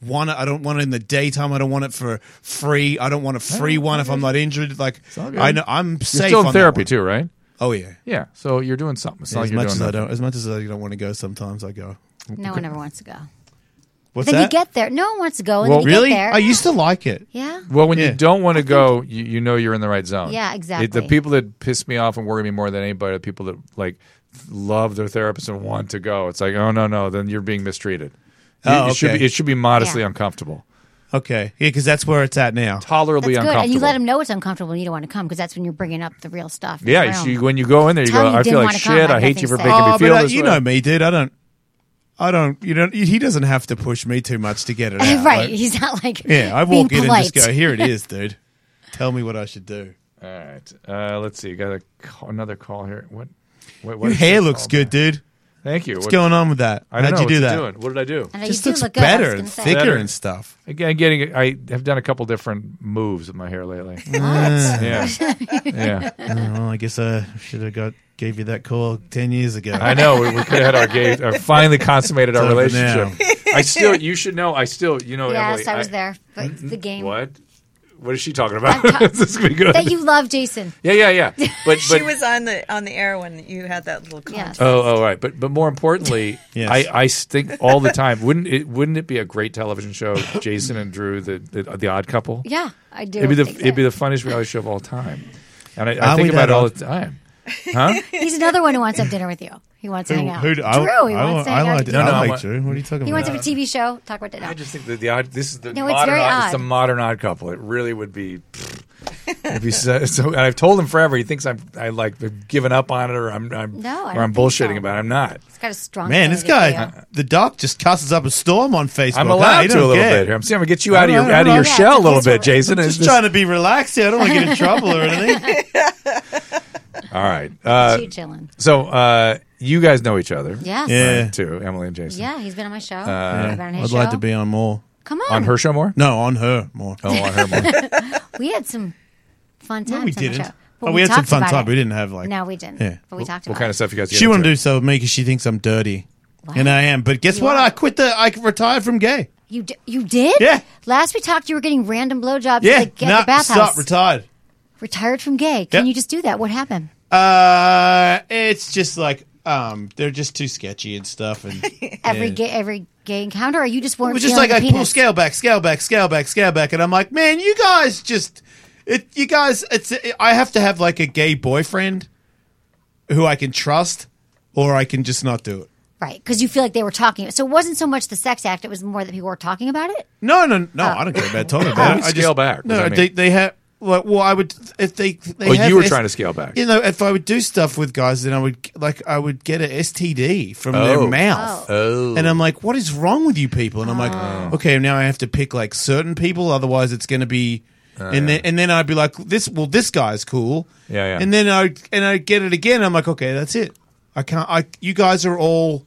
[SPEAKER 4] want it. I don't want it in the daytime. I don't want it for free. I don't want a free one if I'm not injured. Like I know I'm
[SPEAKER 1] You're
[SPEAKER 4] safe.
[SPEAKER 1] still in
[SPEAKER 4] on that
[SPEAKER 1] therapy
[SPEAKER 4] one.
[SPEAKER 1] too, right?
[SPEAKER 4] Oh yeah.
[SPEAKER 1] Yeah. So you're doing something. It's not like
[SPEAKER 4] as
[SPEAKER 1] you're
[SPEAKER 4] much
[SPEAKER 1] doing
[SPEAKER 4] as I
[SPEAKER 1] nothing.
[SPEAKER 4] don't, as much as I don't want to go, sometimes I go.
[SPEAKER 3] No one ever wants to go.
[SPEAKER 4] What's
[SPEAKER 3] Then
[SPEAKER 4] that?
[SPEAKER 3] you get there. No one wants to go. And
[SPEAKER 1] Well,
[SPEAKER 3] then you
[SPEAKER 4] really?
[SPEAKER 3] get there.
[SPEAKER 4] I used to like it.
[SPEAKER 3] Yeah.
[SPEAKER 1] Well, when you
[SPEAKER 4] Yeah.
[SPEAKER 1] don't want to go, you, you know you're in the right zone.
[SPEAKER 3] Yeah,
[SPEAKER 1] the
[SPEAKER 3] exactly.
[SPEAKER 1] people that piss me off and worry me more than anybody are the people that like love their therapist and want to go. It's like, oh no, no, then you're being mistreated. You-
[SPEAKER 4] Oh,
[SPEAKER 1] it should
[SPEAKER 4] okay.
[SPEAKER 1] be it should be modestly
[SPEAKER 3] Yeah.
[SPEAKER 1] uncomfortable,
[SPEAKER 4] Okay, yeah, because that's where it's at now.
[SPEAKER 1] tolerably
[SPEAKER 3] That's good.
[SPEAKER 1] uncomfortable.
[SPEAKER 3] And you let them know it's uncomfortable and you don't want to come because that's when you're bringing up the real stuff.
[SPEAKER 1] yeah,
[SPEAKER 3] Your
[SPEAKER 1] you-
[SPEAKER 3] own.
[SPEAKER 1] you- when you go in there, you
[SPEAKER 3] Tell
[SPEAKER 1] go,
[SPEAKER 3] me you
[SPEAKER 1] I
[SPEAKER 3] didn't
[SPEAKER 1] feel like
[SPEAKER 3] wanna come,
[SPEAKER 1] shit.
[SPEAKER 3] I
[SPEAKER 1] I
[SPEAKER 3] got
[SPEAKER 1] hate you
[SPEAKER 3] things
[SPEAKER 1] for
[SPEAKER 3] to
[SPEAKER 1] making
[SPEAKER 3] say.
[SPEAKER 1] me
[SPEAKER 4] Oh,
[SPEAKER 1] feel
[SPEAKER 4] but uh,
[SPEAKER 1] this
[SPEAKER 4] you
[SPEAKER 1] way.
[SPEAKER 4] know me, dude. I don't. I don't. You don't. He doesn't have to push me too much to get it out.
[SPEAKER 3] right.
[SPEAKER 4] Like,
[SPEAKER 3] He's not like
[SPEAKER 4] yeah, I
[SPEAKER 3] being
[SPEAKER 4] walk in
[SPEAKER 3] polite.
[SPEAKER 4] and just go, "Here it is, dude. Tell me what I should do."
[SPEAKER 1] All right, uh, let's see. Got a call, another call here. What? what, what
[SPEAKER 4] Your
[SPEAKER 1] is this
[SPEAKER 4] hair looks
[SPEAKER 1] call
[SPEAKER 4] good,
[SPEAKER 1] back?
[SPEAKER 4] dude.
[SPEAKER 1] Thank you.
[SPEAKER 4] What's
[SPEAKER 1] What-
[SPEAKER 4] going on with that?
[SPEAKER 1] I don't
[SPEAKER 4] How'd
[SPEAKER 1] know.
[SPEAKER 4] you do
[SPEAKER 1] What's it
[SPEAKER 4] that?
[SPEAKER 1] doing? What did I do?
[SPEAKER 3] I know, you
[SPEAKER 4] Just
[SPEAKER 3] do
[SPEAKER 4] looks
[SPEAKER 3] look good, I was
[SPEAKER 4] better
[SPEAKER 3] gonna
[SPEAKER 4] and
[SPEAKER 3] say.
[SPEAKER 4] thicker
[SPEAKER 1] Better.
[SPEAKER 4] and stuff.
[SPEAKER 1] Again, I'm getting. I have done a couple different moves with my hair lately. yeah, yeah.
[SPEAKER 4] Well, I guess I should have got gave you that call ten years ago.
[SPEAKER 1] I know we, we could have had our gay, uh, finally consummated our
[SPEAKER 4] It's over
[SPEAKER 1] relationship. I still, you should know. I still, you know,
[SPEAKER 3] Yes,
[SPEAKER 1] Emily.
[SPEAKER 3] I was there. But the game.
[SPEAKER 1] What? What is she talking about?
[SPEAKER 3] I'm ta-
[SPEAKER 1] this is gonna be good.
[SPEAKER 3] That you love Jason.
[SPEAKER 1] yeah, yeah, yeah. But but
[SPEAKER 6] she was on the on the air when you had that little
[SPEAKER 3] Yes.
[SPEAKER 6] contest.
[SPEAKER 1] oh oh right. But but more importantly,
[SPEAKER 4] Yes.
[SPEAKER 1] I I think all the time. Wouldn't it wouldn't it be a great television show? Jason and Drew, the the, the Odd Couple.
[SPEAKER 3] Yeah, I do.
[SPEAKER 1] It'd be the
[SPEAKER 3] think
[SPEAKER 1] it'd be
[SPEAKER 3] so.
[SPEAKER 1] the funniest reality show of all time. And I, I
[SPEAKER 4] Are
[SPEAKER 1] think
[SPEAKER 4] we
[SPEAKER 1] about it
[SPEAKER 4] that
[SPEAKER 1] all
[SPEAKER 4] odd?
[SPEAKER 1] the time. Huh?
[SPEAKER 3] He's another one who wants to have dinner with you. He wants to hang out.
[SPEAKER 4] Who,
[SPEAKER 3] Drew, he
[SPEAKER 4] I, I,
[SPEAKER 3] wants to
[SPEAKER 4] I,
[SPEAKER 3] hang out.
[SPEAKER 4] like,
[SPEAKER 3] with you.
[SPEAKER 1] No, no,
[SPEAKER 4] I
[SPEAKER 1] I'm-
[SPEAKER 4] like Drew. What are you talking
[SPEAKER 3] He
[SPEAKER 4] about?
[SPEAKER 3] wants to have a TV show. Talk about dinner.
[SPEAKER 1] I just think that the odd. This is the
[SPEAKER 3] No, it's
[SPEAKER 1] modern.
[SPEAKER 3] very
[SPEAKER 1] odd, It's
[SPEAKER 3] odd.
[SPEAKER 1] the modern odd couple. It really would be. It'd be so, so- and I've told him forever. He thinks I'm. I like have given up on it, or I'm. I'm
[SPEAKER 3] No, I
[SPEAKER 1] or
[SPEAKER 3] don't
[SPEAKER 1] I'm
[SPEAKER 3] think
[SPEAKER 1] bullshitting
[SPEAKER 3] so.
[SPEAKER 1] about. it. I'm not.
[SPEAKER 3] He's got a strong.
[SPEAKER 4] Man, this
[SPEAKER 3] affinity
[SPEAKER 4] guy,
[SPEAKER 3] for you.
[SPEAKER 4] the doc, just cusses up a storm on Facebook.
[SPEAKER 1] I'm
[SPEAKER 4] I
[SPEAKER 1] allowed
[SPEAKER 4] don't
[SPEAKER 1] to a little
[SPEAKER 4] care.
[SPEAKER 1] bit here. I'm saying I'm gonna get you out of your
[SPEAKER 4] Alright,
[SPEAKER 1] out of your
[SPEAKER 3] alright.
[SPEAKER 1] shell a
[SPEAKER 3] Yeah,
[SPEAKER 1] little
[SPEAKER 3] it's a-
[SPEAKER 1] bit, Jason. It's
[SPEAKER 4] Just trying to be relaxed here. I don't want to get in trouble or anything.
[SPEAKER 1] all right. Uh,
[SPEAKER 3] you chilling.
[SPEAKER 1] so uh, you guys know each other.
[SPEAKER 3] Yes.
[SPEAKER 4] Yeah.
[SPEAKER 1] right, too. Emily and Jason.
[SPEAKER 3] Yeah, he's been on my show.
[SPEAKER 1] Uh,
[SPEAKER 3] I've been on his
[SPEAKER 4] I'd
[SPEAKER 3] show.
[SPEAKER 4] like to be on more.
[SPEAKER 3] Come on.
[SPEAKER 1] On her show more.
[SPEAKER 4] No, on her more.
[SPEAKER 1] Oh, on her more.
[SPEAKER 3] We had some fun times.
[SPEAKER 4] we
[SPEAKER 3] on the
[SPEAKER 4] didn't.
[SPEAKER 3] show.
[SPEAKER 4] Oh, we had some
[SPEAKER 3] talked
[SPEAKER 4] fun
[SPEAKER 3] about
[SPEAKER 4] time.
[SPEAKER 3] it.
[SPEAKER 4] We didn't have, like-
[SPEAKER 3] No, we didn't.
[SPEAKER 4] Yeah.
[SPEAKER 3] But we talked about
[SPEAKER 1] what kind
[SPEAKER 3] it.
[SPEAKER 1] of stuff you guys? get
[SPEAKER 4] She want to
[SPEAKER 1] into?
[SPEAKER 4] do so with me because she thinks I'm dirty,
[SPEAKER 3] Wow.
[SPEAKER 4] and I am. But guess
[SPEAKER 3] You
[SPEAKER 4] what?
[SPEAKER 3] are.
[SPEAKER 4] I quit the. I retired from gay.
[SPEAKER 3] You d- you did?
[SPEAKER 4] Yeah.
[SPEAKER 3] Last we talked, you were getting random blowjobs
[SPEAKER 4] Yeah,
[SPEAKER 3] at the, at
[SPEAKER 4] nah,
[SPEAKER 3] the bathhouse.
[SPEAKER 4] stop. Retired.
[SPEAKER 3] Retired from gay. Can
[SPEAKER 4] Yeah.
[SPEAKER 3] you just do that? What happened?
[SPEAKER 4] Uh, it's just like um, they're just too sketchy and stuff, and it
[SPEAKER 3] Every gay every gay encounter, or you just weren't?
[SPEAKER 4] was just
[SPEAKER 3] feeling
[SPEAKER 4] like I
[SPEAKER 3] the
[SPEAKER 4] pull
[SPEAKER 3] penis?
[SPEAKER 4] scale back, scale back, scale back, scale back, and I'm like, man, you guys just it. You guys, it's. I have to have like a gay boyfriend who I can trust, or I can just not do it.
[SPEAKER 3] Right, because you feel like they were talking. So it wasn't so much the sex act; it was more that people were talking about it.
[SPEAKER 4] No, no, no. I don't care about talking about it. I
[SPEAKER 1] Scale
[SPEAKER 4] just,
[SPEAKER 1] back, what does
[SPEAKER 4] No,
[SPEAKER 1] that
[SPEAKER 4] they
[SPEAKER 1] mean?
[SPEAKER 4] they have. Like, well, I would if they. they
[SPEAKER 1] Oh,
[SPEAKER 4] have
[SPEAKER 1] you were
[SPEAKER 4] S-
[SPEAKER 1] trying to scale back.
[SPEAKER 4] You know, if I would do stuff with guys, then I would like I would get an STD from
[SPEAKER 1] Oh.
[SPEAKER 4] their mouth.
[SPEAKER 1] Oh.
[SPEAKER 4] And I'm like, what is wrong with you people? And I'm like, okay, now I have to pick like certain people, otherwise it's going to be. and then and then I'd be like, this well, this guy's cool.
[SPEAKER 1] Yeah, yeah.
[SPEAKER 4] And then I and I get it again. I'm like, okay, that's it. I can't. I you guys are all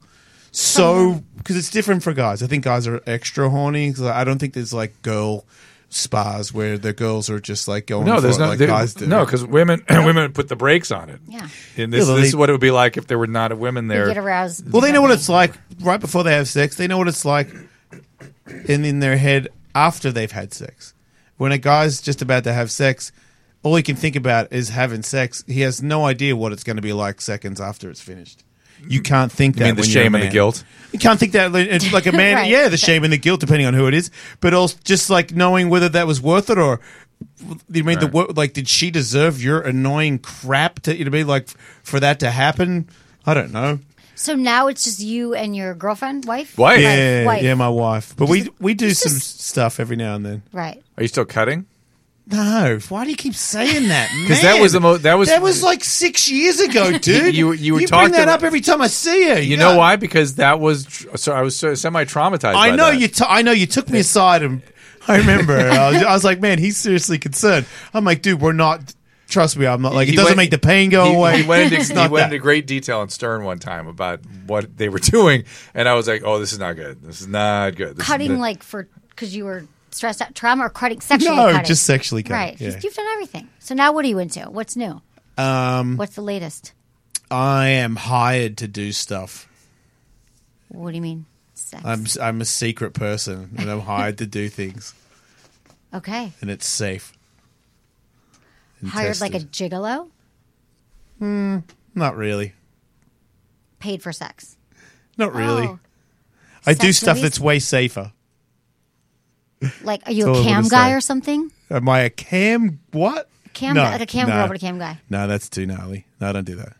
[SPEAKER 4] so because it's different for guys. I think guys are extra horny. 'cause I don't think there's like girl spas where the girls are just like going.
[SPEAKER 1] No,
[SPEAKER 4] for
[SPEAKER 1] there's
[SPEAKER 4] it
[SPEAKER 1] no
[SPEAKER 4] like
[SPEAKER 1] there-
[SPEAKER 4] guys do.
[SPEAKER 1] no because women women put the brakes on it.
[SPEAKER 3] Yeah.
[SPEAKER 1] and this,
[SPEAKER 4] Yeah, well,
[SPEAKER 1] this is
[SPEAKER 4] they-
[SPEAKER 1] what it would be like if there were not a women
[SPEAKER 3] You
[SPEAKER 1] there.
[SPEAKER 3] get aroused.
[SPEAKER 4] Well, they know what it's like right before they have sex. They know what it's like in, in their head after they've had sex. When a guy's just about to have sex, all he can think about is having sex. He has no idea what it's going to be like seconds after it's finished. You can't think that.
[SPEAKER 1] mean the
[SPEAKER 4] when you're a
[SPEAKER 1] shame and the
[SPEAKER 4] man.
[SPEAKER 1] guilt?
[SPEAKER 4] You can't think that like- it's like a man.
[SPEAKER 3] Right.
[SPEAKER 4] Yeah, the shame and the guilt, depending on who it is, but also just like knowing whether that was worth it or. You mean the wor- like? Did she deserve your annoying crap? To you know, what I mean? like for that to happen? I don't know.
[SPEAKER 3] So now it's just you and your girlfriend, wife,
[SPEAKER 1] Wife.
[SPEAKER 4] Yeah,
[SPEAKER 3] wife.
[SPEAKER 4] yeah, my wife. But we we do some
[SPEAKER 3] just-
[SPEAKER 4] stuff every now and then.
[SPEAKER 3] right.
[SPEAKER 1] Are you still cutting?
[SPEAKER 4] No, why do you keep saying that? Because
[SPEAKER 1] that was the mo- that was-
[SPEAKER 4] that was like six years ago, dude.
[SPEAKER 1] You- you were
[SPEAKER 4] bring
[SPEAKER 1] talking-
[SPEAKER 4] that up every time I see her.
[SPEAKER 1] You know why? Because that was tr- so I was so semi traumatized.
[SPEAKER 4] I know you. T- I know you took me aside and I remember. I, was, I was like, man, he's seriously concerned. I'm like, dude, we're not. Trust me, I'm not like it
[SPEAKER 1] He
[SPEAKER 4] doesn't
[SPEAKER 1] went-
[SPEAKER 4] make the pain go
[SPEAKER 1] he-
[SPEAKER 4] away.
[SPEAKER 1] He went,
[SPEAKER 4] It's
[SPEAKER 1] into, he
[SPEAKER 4] not
[SPEAKER 1] went
[SPEAKER 4] that.
[SPEAKER 1] into great detail on Stern one time about what they were doing, and I was like, "Oh, this is not good. This is not good." This is
[SPEAKER 3] cutting
[SPEAKER 1] not-
[SPEAKER 3] like for because you were stressed out trauma or cutting sexually
[SPEAKER 4] No,
[SPEAKER 3] cutting?
[SPEAKER 4] just sexually cutting,
[SPEAKER 3] right He's-
[SPEAKER 4] yeah.
[SPEAKER 3] you've done everything so now what are you into what's new
[SPEAKER 4] Um,
[SPEAKER 3] what's the latest
[SPEAKER 4] I am hired to do stuff.
[SPEAKER 3] what do you mean sex
[SPEAKER 4] I'm s- I'm a secret person, and I'm hired to do things,
[SPEAKER 3] okay
[SPEAKER 4] and it's safe. And
[SPEAKER 3] hired like a
[SPEAKER 4] tested.
[SPEAKER 3] gigolo
[SPEAKER 4] not really,
[SPEAKER 3] paid for sex
[SPEAKER 4] not really.
[SPEAKER 3] Oh.
[SPEAKER 4] I do
[SPEAKER 3] Sex
[SPEAKER 4] stuff
[SPEAKER 3] movies?
[SPEAKER 4] that's way safer.
[SPEAKER 3] like are you
[SPEAKER 4] That's
[SPEAKER 3] a
[SPEAKER 4] all I
[SPEAKER 3] cam
[SPEAKER 4] would've
[SPEAKER 3] guy
[SPEAKER 4] said.
[SPEAKER 3] or something
[SPEAKER 4] Am I a cam? What?
[SPEAKER 3] cam
[SPEAKER 4] No,
[SPEAKER 3] guy- the cam
[SPEAKER 4] no.
[SPEAKER 3] girl but a cam guy
[SPEAKER 4] No, that's too gnarly. No, don't do that.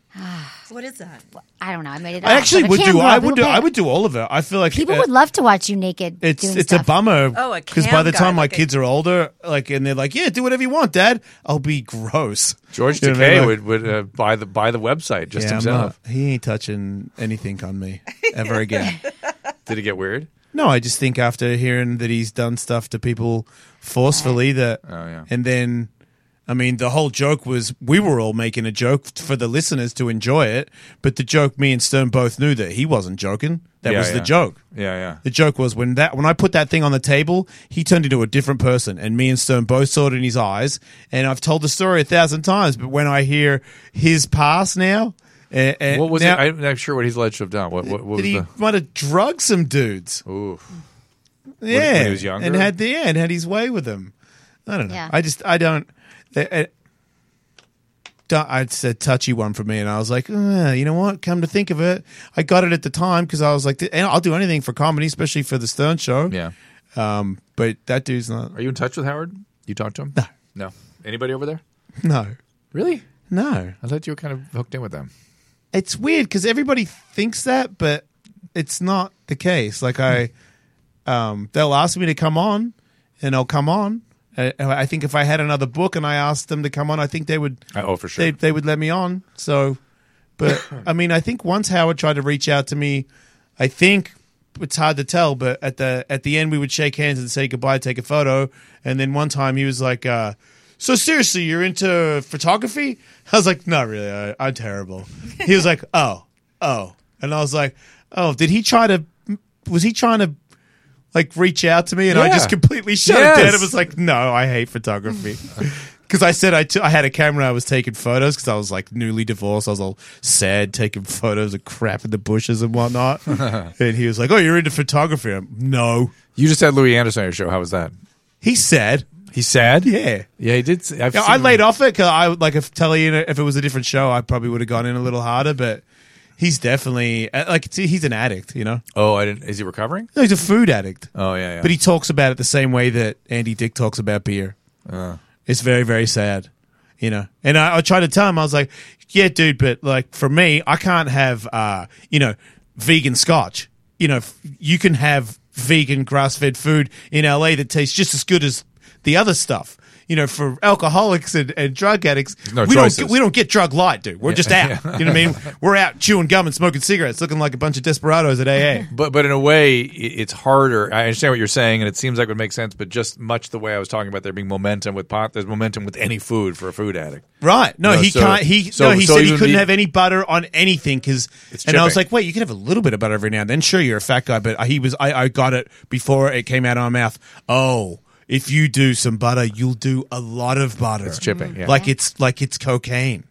[SPEAKER 6] What is that?
[SPEAKER 3] I don't know I made it
[SPEAKER 4] I
[SPEAKER 3] up,
[SPEAKER 4] actually
[SPEAKER 3] but a
[SPEAKER 4] would
[SPEAKER 3] cam
[SPEAKER 4] do.
[SPEAKER 3] girl,
[SPEAKER 4] I would
[SPEAKER 3] people
[SPEAKER 4] do. I
[SPEAKER 3] pay.
[SPEAKER 4] would do all of it. I feel like
[SPEAKER 3] people
[SPEAKER 4] uh,
[SPEAKER 3] would love to watch you naked
[SPEAKER 4] It's
[SPEAKER 3] doing
[SPEAKER 4] it's a
[SPEAKER 3] stuff.
[SPEAKER 4] bummer.
[SPEAKER 6] Oh, a
[SPEAKER 4] because by
[SPEAKER 6] cam
[SPEAKER 4] the
[SPEAKER 6] guy,
[SPEAKER 4] time my
[SPEAKER 6] like a-
[SPEAKER 4] kids are older, like, and they're like, "Yeah, do whatever you want, Dad." I'll be gross.
[SPEAKER 1] George
[SPEAKER 4] You know what I
[SPEAKER 1] Takei
[SPEAKER 4] mean? Like,
[SPEAKER 1] would would uh, buy the buy the website just
[SPEAKER 4] yeah, I'm
[SPEAKER 1] himself.
[SPEAKER 4] not- he ain't touching anything on me ever again.
[SPEAKER 1] Did it get weird?
[SPEAKER 4] no, I just think after hearing that he's done stuff to people forcefully, that,
[SPEAKER 1] Oh, yeah.
[SPEAKER 4] and then. I mean, the whole joke was we were all making a joke for the listeners to enjoy it, but the joke, me and Stern both knew that he wasn't joking. That
[SPEAKER 1] Yeah,
[SPEAKER 4] was the
[SPEAKER 1] yeah.
[SPEAKER 4] joke.
[SPEAKER 1] Yeah, yeah.
[SPEAKER 4] The joke was when that when I put that thing on the table, he turned into a different person, and me and Stern both saw it in his eyes. And I've told the story a thousand times, but when I hear his past now, and, and
[SPEAKER 1] What was
[SPEAKER 4] now,
[SPEAKER 1] it? I, I'm not sure what he's alleged to have done. What, what, what was
[SPEAKER 4] that he
[SPEAKER 1] the?
[SPEAKER 4] might have drugged some dudes.
[SPEAKER 1] Oof.
[SPEAKER 4] Yeah,
[SPEAKER 1] when he was younger?
[SPEAKER 4] and had the yeah, and had his way with them. I don't know.
[SPEAKER 3] Yeah.
[SPEAKER 4] I just I don't. The, I, don't- I it's a touchy one for me, and I was like, "Uh, you know what? Come to think of it, I got it at the time because I was like, "Th- and I'll do anything for comedy, especially for the Stern Show.
[SPEAKER 1] Yeah.
[SPEAKER 4] Um, but that dude's not.
[SPEAKER 1] Are you in touch with Howard? You talked to him? No. No. Anybody over there?
[SPEAKER 4] No,
[SPEAKER 1] Really?
[SPEAKER 4] no.
[SPEAKER 1] I thought you were kind of hooked in with them.
[SPEAKER 4] It's weird because everybody thinks that, but it's not the case. Like I, um, they'll ask me to come on, and I'll come on. I, I think if I had another book and I asked them to come on, I think they would.
[SPEAKER 1] Uh, oh, for sure.
[SPEAKER 4] They they would let me on. So, but I mean, I think once Howard tried to reach out to me, I think it's hard to tell, but at the at the end we would shake hands and say goodbye, take a photo, and then one time he was like, uh, "So seriously, you're into photography?" I was like, "Not really. I, I'm terrible." He was like, "Oh, oh," and I was like, "Oh, did he try to? Was he trying to?" Like reach out to me, and I
[SPEAKER 1] Yeah.
[SPEAKER 4] just completely shut it down.
[SPEAKER 1] Yes.
[SPEAKER 4] It was like, no, I hate photography. Because I said I t- I had a camera, I was taking photos because I was like newly divorced. I was all sad, taking photos of crap in the bushes and whatnot. and he was like, "Oh, you're into photography?" I'm, no,
[SPEAKER 1] You just had Louis Anderson on your show. How was that?
[SPEAKER 4] he's sad.
[SPEAKER 1] He's sad.
[SPEAKER 4] Yeah,
[SPEAKER 1] Yeah, he did. say- I've
[SPEAKER 4] Yeah, I
[SPEAKER 1] seen-
[SPEAKER 4] laid off it because I would- like if telling you if it was a different show, I probably would have gone in a little harder. But he's definitely uh, like t- he's an addict, you know.
[SPEAKER 1] Oh, I didn't. Is he recovering?
[SPEAKER 4] No, he's a food addict,
[SPEAKER 1] Oh, yeah, yeah.
[SPEAKER 4] but he talks about it the same way that Andy Dick talks about beer.
[SPEAKER 1] Uh.
[SPEAKER 4] It's very, very sad, you know. And I, I tried to tell him, I was like, "Yeah, dude, but like for me, I can't have, uh, you know, vegan scotch. You know, f- you can have vegan grass-fed food in LA that tastes just as good as the other stuff. You know, for alcoholics and, and drug addicts,
[SPEAKER 1] No
[SPEAKER 4] we don't
[SPEAKER 1] choices.
[SPEAKER 4] get, we don't get drug light, dude. We're just out. You know what I mean? We're out chewing gum and smoking cigarettes, looking like a bunch of desperados at AA.
[SPEAKER 1] But but in a way, i- it's harder. I understand what you're saying, and it seems like it would make sense. But just much the way I was talking about there being momentum with pot, there's momentum with any food for a food addict.
[SPEAKER 4] Right. No,
[SPEAKER 1] No,
[SPEAKER 4] he
[SPEAKER 1] so-
[SPEAKER 4] can't. He
[SPEAKER 1] so-
[SPEAKER 4] no. He
[SPEAKER 1] so
[SPEAKER 4] said he
[SPEAKER 1] even
[SPEAKER 4] couldn't
[SPEAKER 1] the-
[SPEAKER 4] have any butter on anything because. And
[SPEAKER 1] It's
[SPEAKER 4] I was
[SPEAKER 1] chipping.
[SPEAKER 4] like, wait, you can have a little bit of butter every now and then. Sure, you're a fat guy, but he was. I, I got it before it came out of my mouth. Oh, if you do some butter, you'll do a lot of butter. It's
[SPEAKER 1] chipping, yeah.
[SPEAKER 4] Like it's like it's cocaine.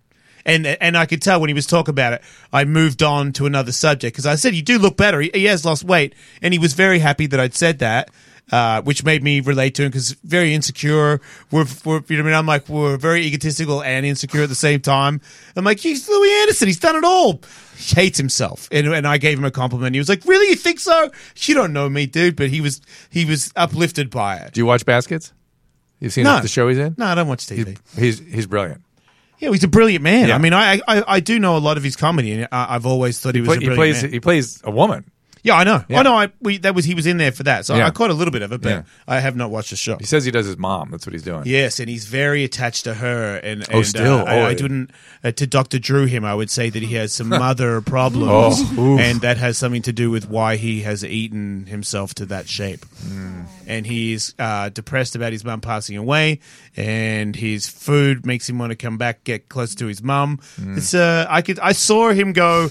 [SPEAKER 4] And, and I could tell when he was talking about it, I moved on to another subject because I said, You do look better. He, he has lost weight. And he was very happy that I'd said that, uh, which made me relate to him because very insecure. We're, we're, you know what I mean? I'm like, we're very egotistical and insecure at the same time. I'm like, He's Louis Anderson. He's done it all. He hates himself. And, and I gave him a compliment. He was like, Really? You think so? You don't know me, dude. But he was, he was uplifted by it.
[SPEAKER 1] Do you watch Baskets? You've seen
[SPEAKER 4] No.
[SPEAKER 1] the show he's in.
[SPEAKER 4] No, I don't watch TV.
[SPEAKER 1] He's he's brilliant.
[SPEAKER 4] Yeah, he's a brilliant man.
[SPEAKER 1] Yeah.
[SPEAKER 4] I mean, I, I I do know a lot of his comedy, and I, I've always thought he was
[SPEAKER 1] But
[SPEAKER 4] a
[SPEAKER 1] he
[SPEAKER 4] brilliant
[SPEAKER 1] plays
[SPEAKER 4] man.
[SPEAKER 1] he plays a woman.
[SPEAKER 4] Yeah, I know.
[SPEAKER 1] Yeah.
[SPEAKER 4] Oh no, I we, that was he was in there for that, so
[SPEAKER 1] Yeah.
[SPEAKER 4] I caught a little bit of it, but
[SPEAKER 1] Yeah.
[SPEAKER 4] I have not watched the show.
[SPEAKER 1] He says he does his mom. That's what he's doing.
[SPEAKER 4] Yes, and he's very attached to her, and, and
[SPEAKER 1] Oh, still?
[SPEAKER 4] uh, I,
[SPEAKER 1] Oh,
[SPEAKER 4] I
[SPEAKER 1] yeah.
[SPEAKER 4] didn't uh, to Doctor Drew him. I would say that he has some mother problems,
[SPEAKER 1] Oh, oof. Hmm.
[SPEAKER 4] and that has something to do with why he has eaten himself to that shape. and he's uh, depressed about his mum passing away, and his food makes him want to come back, get close to his mum.
[SPEAKER 1] Hmm.
[SPEAKER 8] Mm.
[SPEAKER 4] It's uh, I could I saw him go.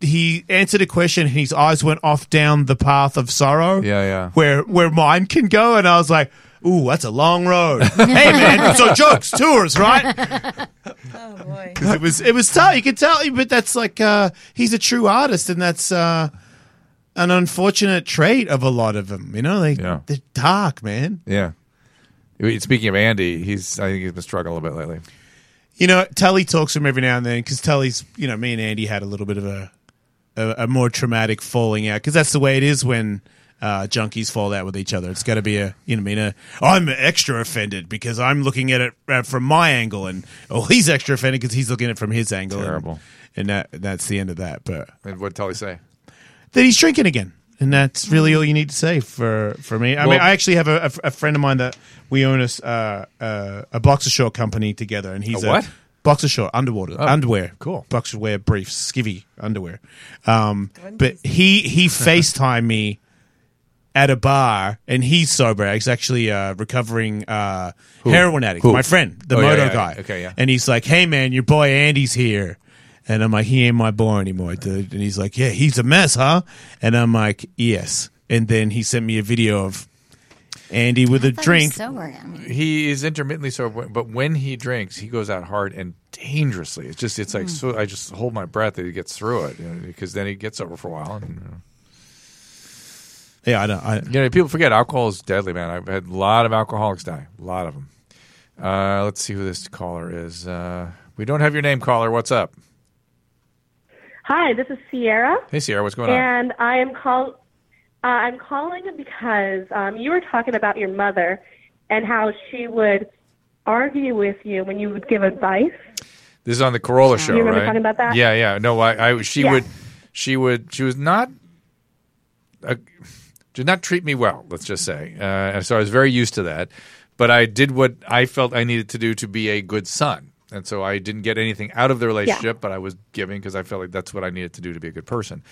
[SPEAKER 4] He answered a question, and his eyes went off down the path of sorrow. Yeah, yeah. Where where mine can go, and I was like, "Ooh, that's a long road." hey man, so jokes, tours, right? Because it was it was tough. You could tell, but that's like uh, he's a true artist, and that's uh, an unfortunate trait of a lot of them. You know, they they're dark, man.
[SPEAKER 1] Yeah. We- Speaking of Andy, he's I think he's been struggling a little bit lately.
[SPEAKER 4] You know, Tully talks to him every now and then because Tully's you know me and Andy had a little bit of a a, a more traumatic falling out because that's the way it is when. Uh, junkies fall out with each other. It's got to be a, you know, what I mean, a, I'm extra offended because I'm looking at it uh, from my angle, and oh, he's extra offended because he's looking at it from his angle. and-
[SPEAKER 1] Terrible.
[SPEAKER 4] And, that that's the end of that. But
[SPEAKER 1] And what did Tully say?
[SPEAKER 4] that he's drinking again. And that's really all you need to say for, for me. I
[SPEAKER 1] Well-
[SPEAKER 4] mean, I actually have a, a f- a friend of mine that we own a, s- uh, uh, a boxer short company together, and he's
[SPEAKER 1] A what?
[SPEAKER 4] boxer short underwater
[SPEAKER 1] Oh,
[SPEAKER 4] underwear,
[SPEAKER 1] cool
[SPEAKER 4] boxer wear briefs, skivvy underwear. Um, but he he FaceTimed me at a bar, and he's sober. He's actually a recovering uh,
[SPEAKER 1] Who?
[SPEAKER 4] heroin addict.
[SPEAKER 1] Who?
[SPEAKER 4] My friend, the
[SPEAKER 1] Oh, yeah,
[SPEAKER 4] moto
[SPEAKER 1] yeah,
[SPEAKER 4] guy.
[SPEAKER 1] yeah. Okay, yeah.
[SPEAKER 4] And he's like, "Hey, man, your boy Andy's here." And I'm like, "He ain't my boy anymore, dude." And he's like, "Yeah, he's a mess, huh?" And I'm like, "Yes." And then he sent me a video of Andy with a drink.
[SPEAKER 1] He is intermittently sober, but when he drinks, he goes out hard and dangerously. It's just it's like
[SPEAKER 4] Mm.
[SPEAKER 1] so. I just hold my breath that he gets through it you know, because then he gets over for a while. And, you know.
[SPEAKER 4] Yeah, I know. I,
[SPEAKER 1] you know, people forget alcohol is deadly, man. I've had a lot of alcoholics die, a lot of them. Uh, let's see who this caller is. Uh, we don't have your name, caller. What's up?
[SPEAKER 9] Hi, this is Sierra,
[SPEAKER 1] Hey, Sierra, what's going on?
[SPEAKER 9] and I am call. Uh, I'm calling because um, you were talking about your mother and how she would argue with you when you would give advice.
[SPEAKER 1] This is on the Corolla show,
[SPEAKER 9] remember
[SPEAKER 1] right?
[SPEAKER 9] talking about that?
[SPEAKER 1] Yeah, yeah. No, I, I she
[SPEAKER 9] Yeah.
[SPEAKER 1] would, she would, she was not, uh, did not treat me well. Let's just say, uh, and so I was very used to that. But I did what I felt I needed to do to be a good son, and so I didn't get anything out of the relationship. But I was giving because I felt like that's what I needed to do to be a good person.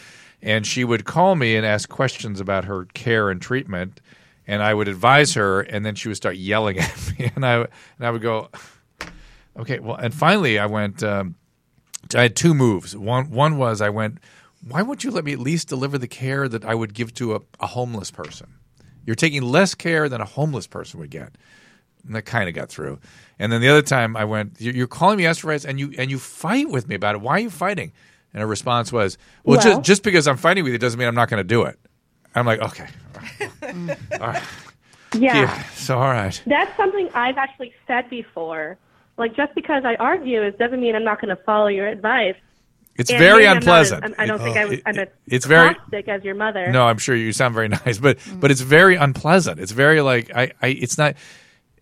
[SPEAKER 1] And she would call me and ask questions about her care and treatment, and I would advise her, and then she would start yelling at me, and I and I would go, Okay. Well, and finally, I went. Um, I had two moves. One one was I went. Why won't you let me at least deliver the care that I would give to a, a homeless person? You're taking less care than a homeless person would get. And that kind of got through. And then the other time I went, "You- you're calling me asteroids and you and you fight with me about it. Why are you fighting? And her response was, well,
[SPEAKER 10] Well-
[SPEAKER 1] just, just because I'm fighting with you doesn't mean I'm not going to do it. I'm like, okay, all right.
[SPEAKER 9] Yeah.
[SPEAKER 1] So all right.
[SPEAKER 9] That's something I've actually said before. Like, just because I argue, it doesn't mean I'm not going to follow your advice.
[SPEAKER 1] It's
[SPEAKER 9] And
[SPEAKER 1] very
[SPEAKER 9] maybe I'm not as-
[SPEAKER 1] unpleasant. Oh,
[SPEAKER 9] I'm- I don't think I was,
[SPEAKER 1] It-
[SPEAKER 9] I'm as
[SPEAKER 1] it's very-
[SPEAKER 9] caustic as your mother.
[SPEAKER 1] No, I'm sure you sound very nice, but but it's very unpleasant. It's very like I, I it's not.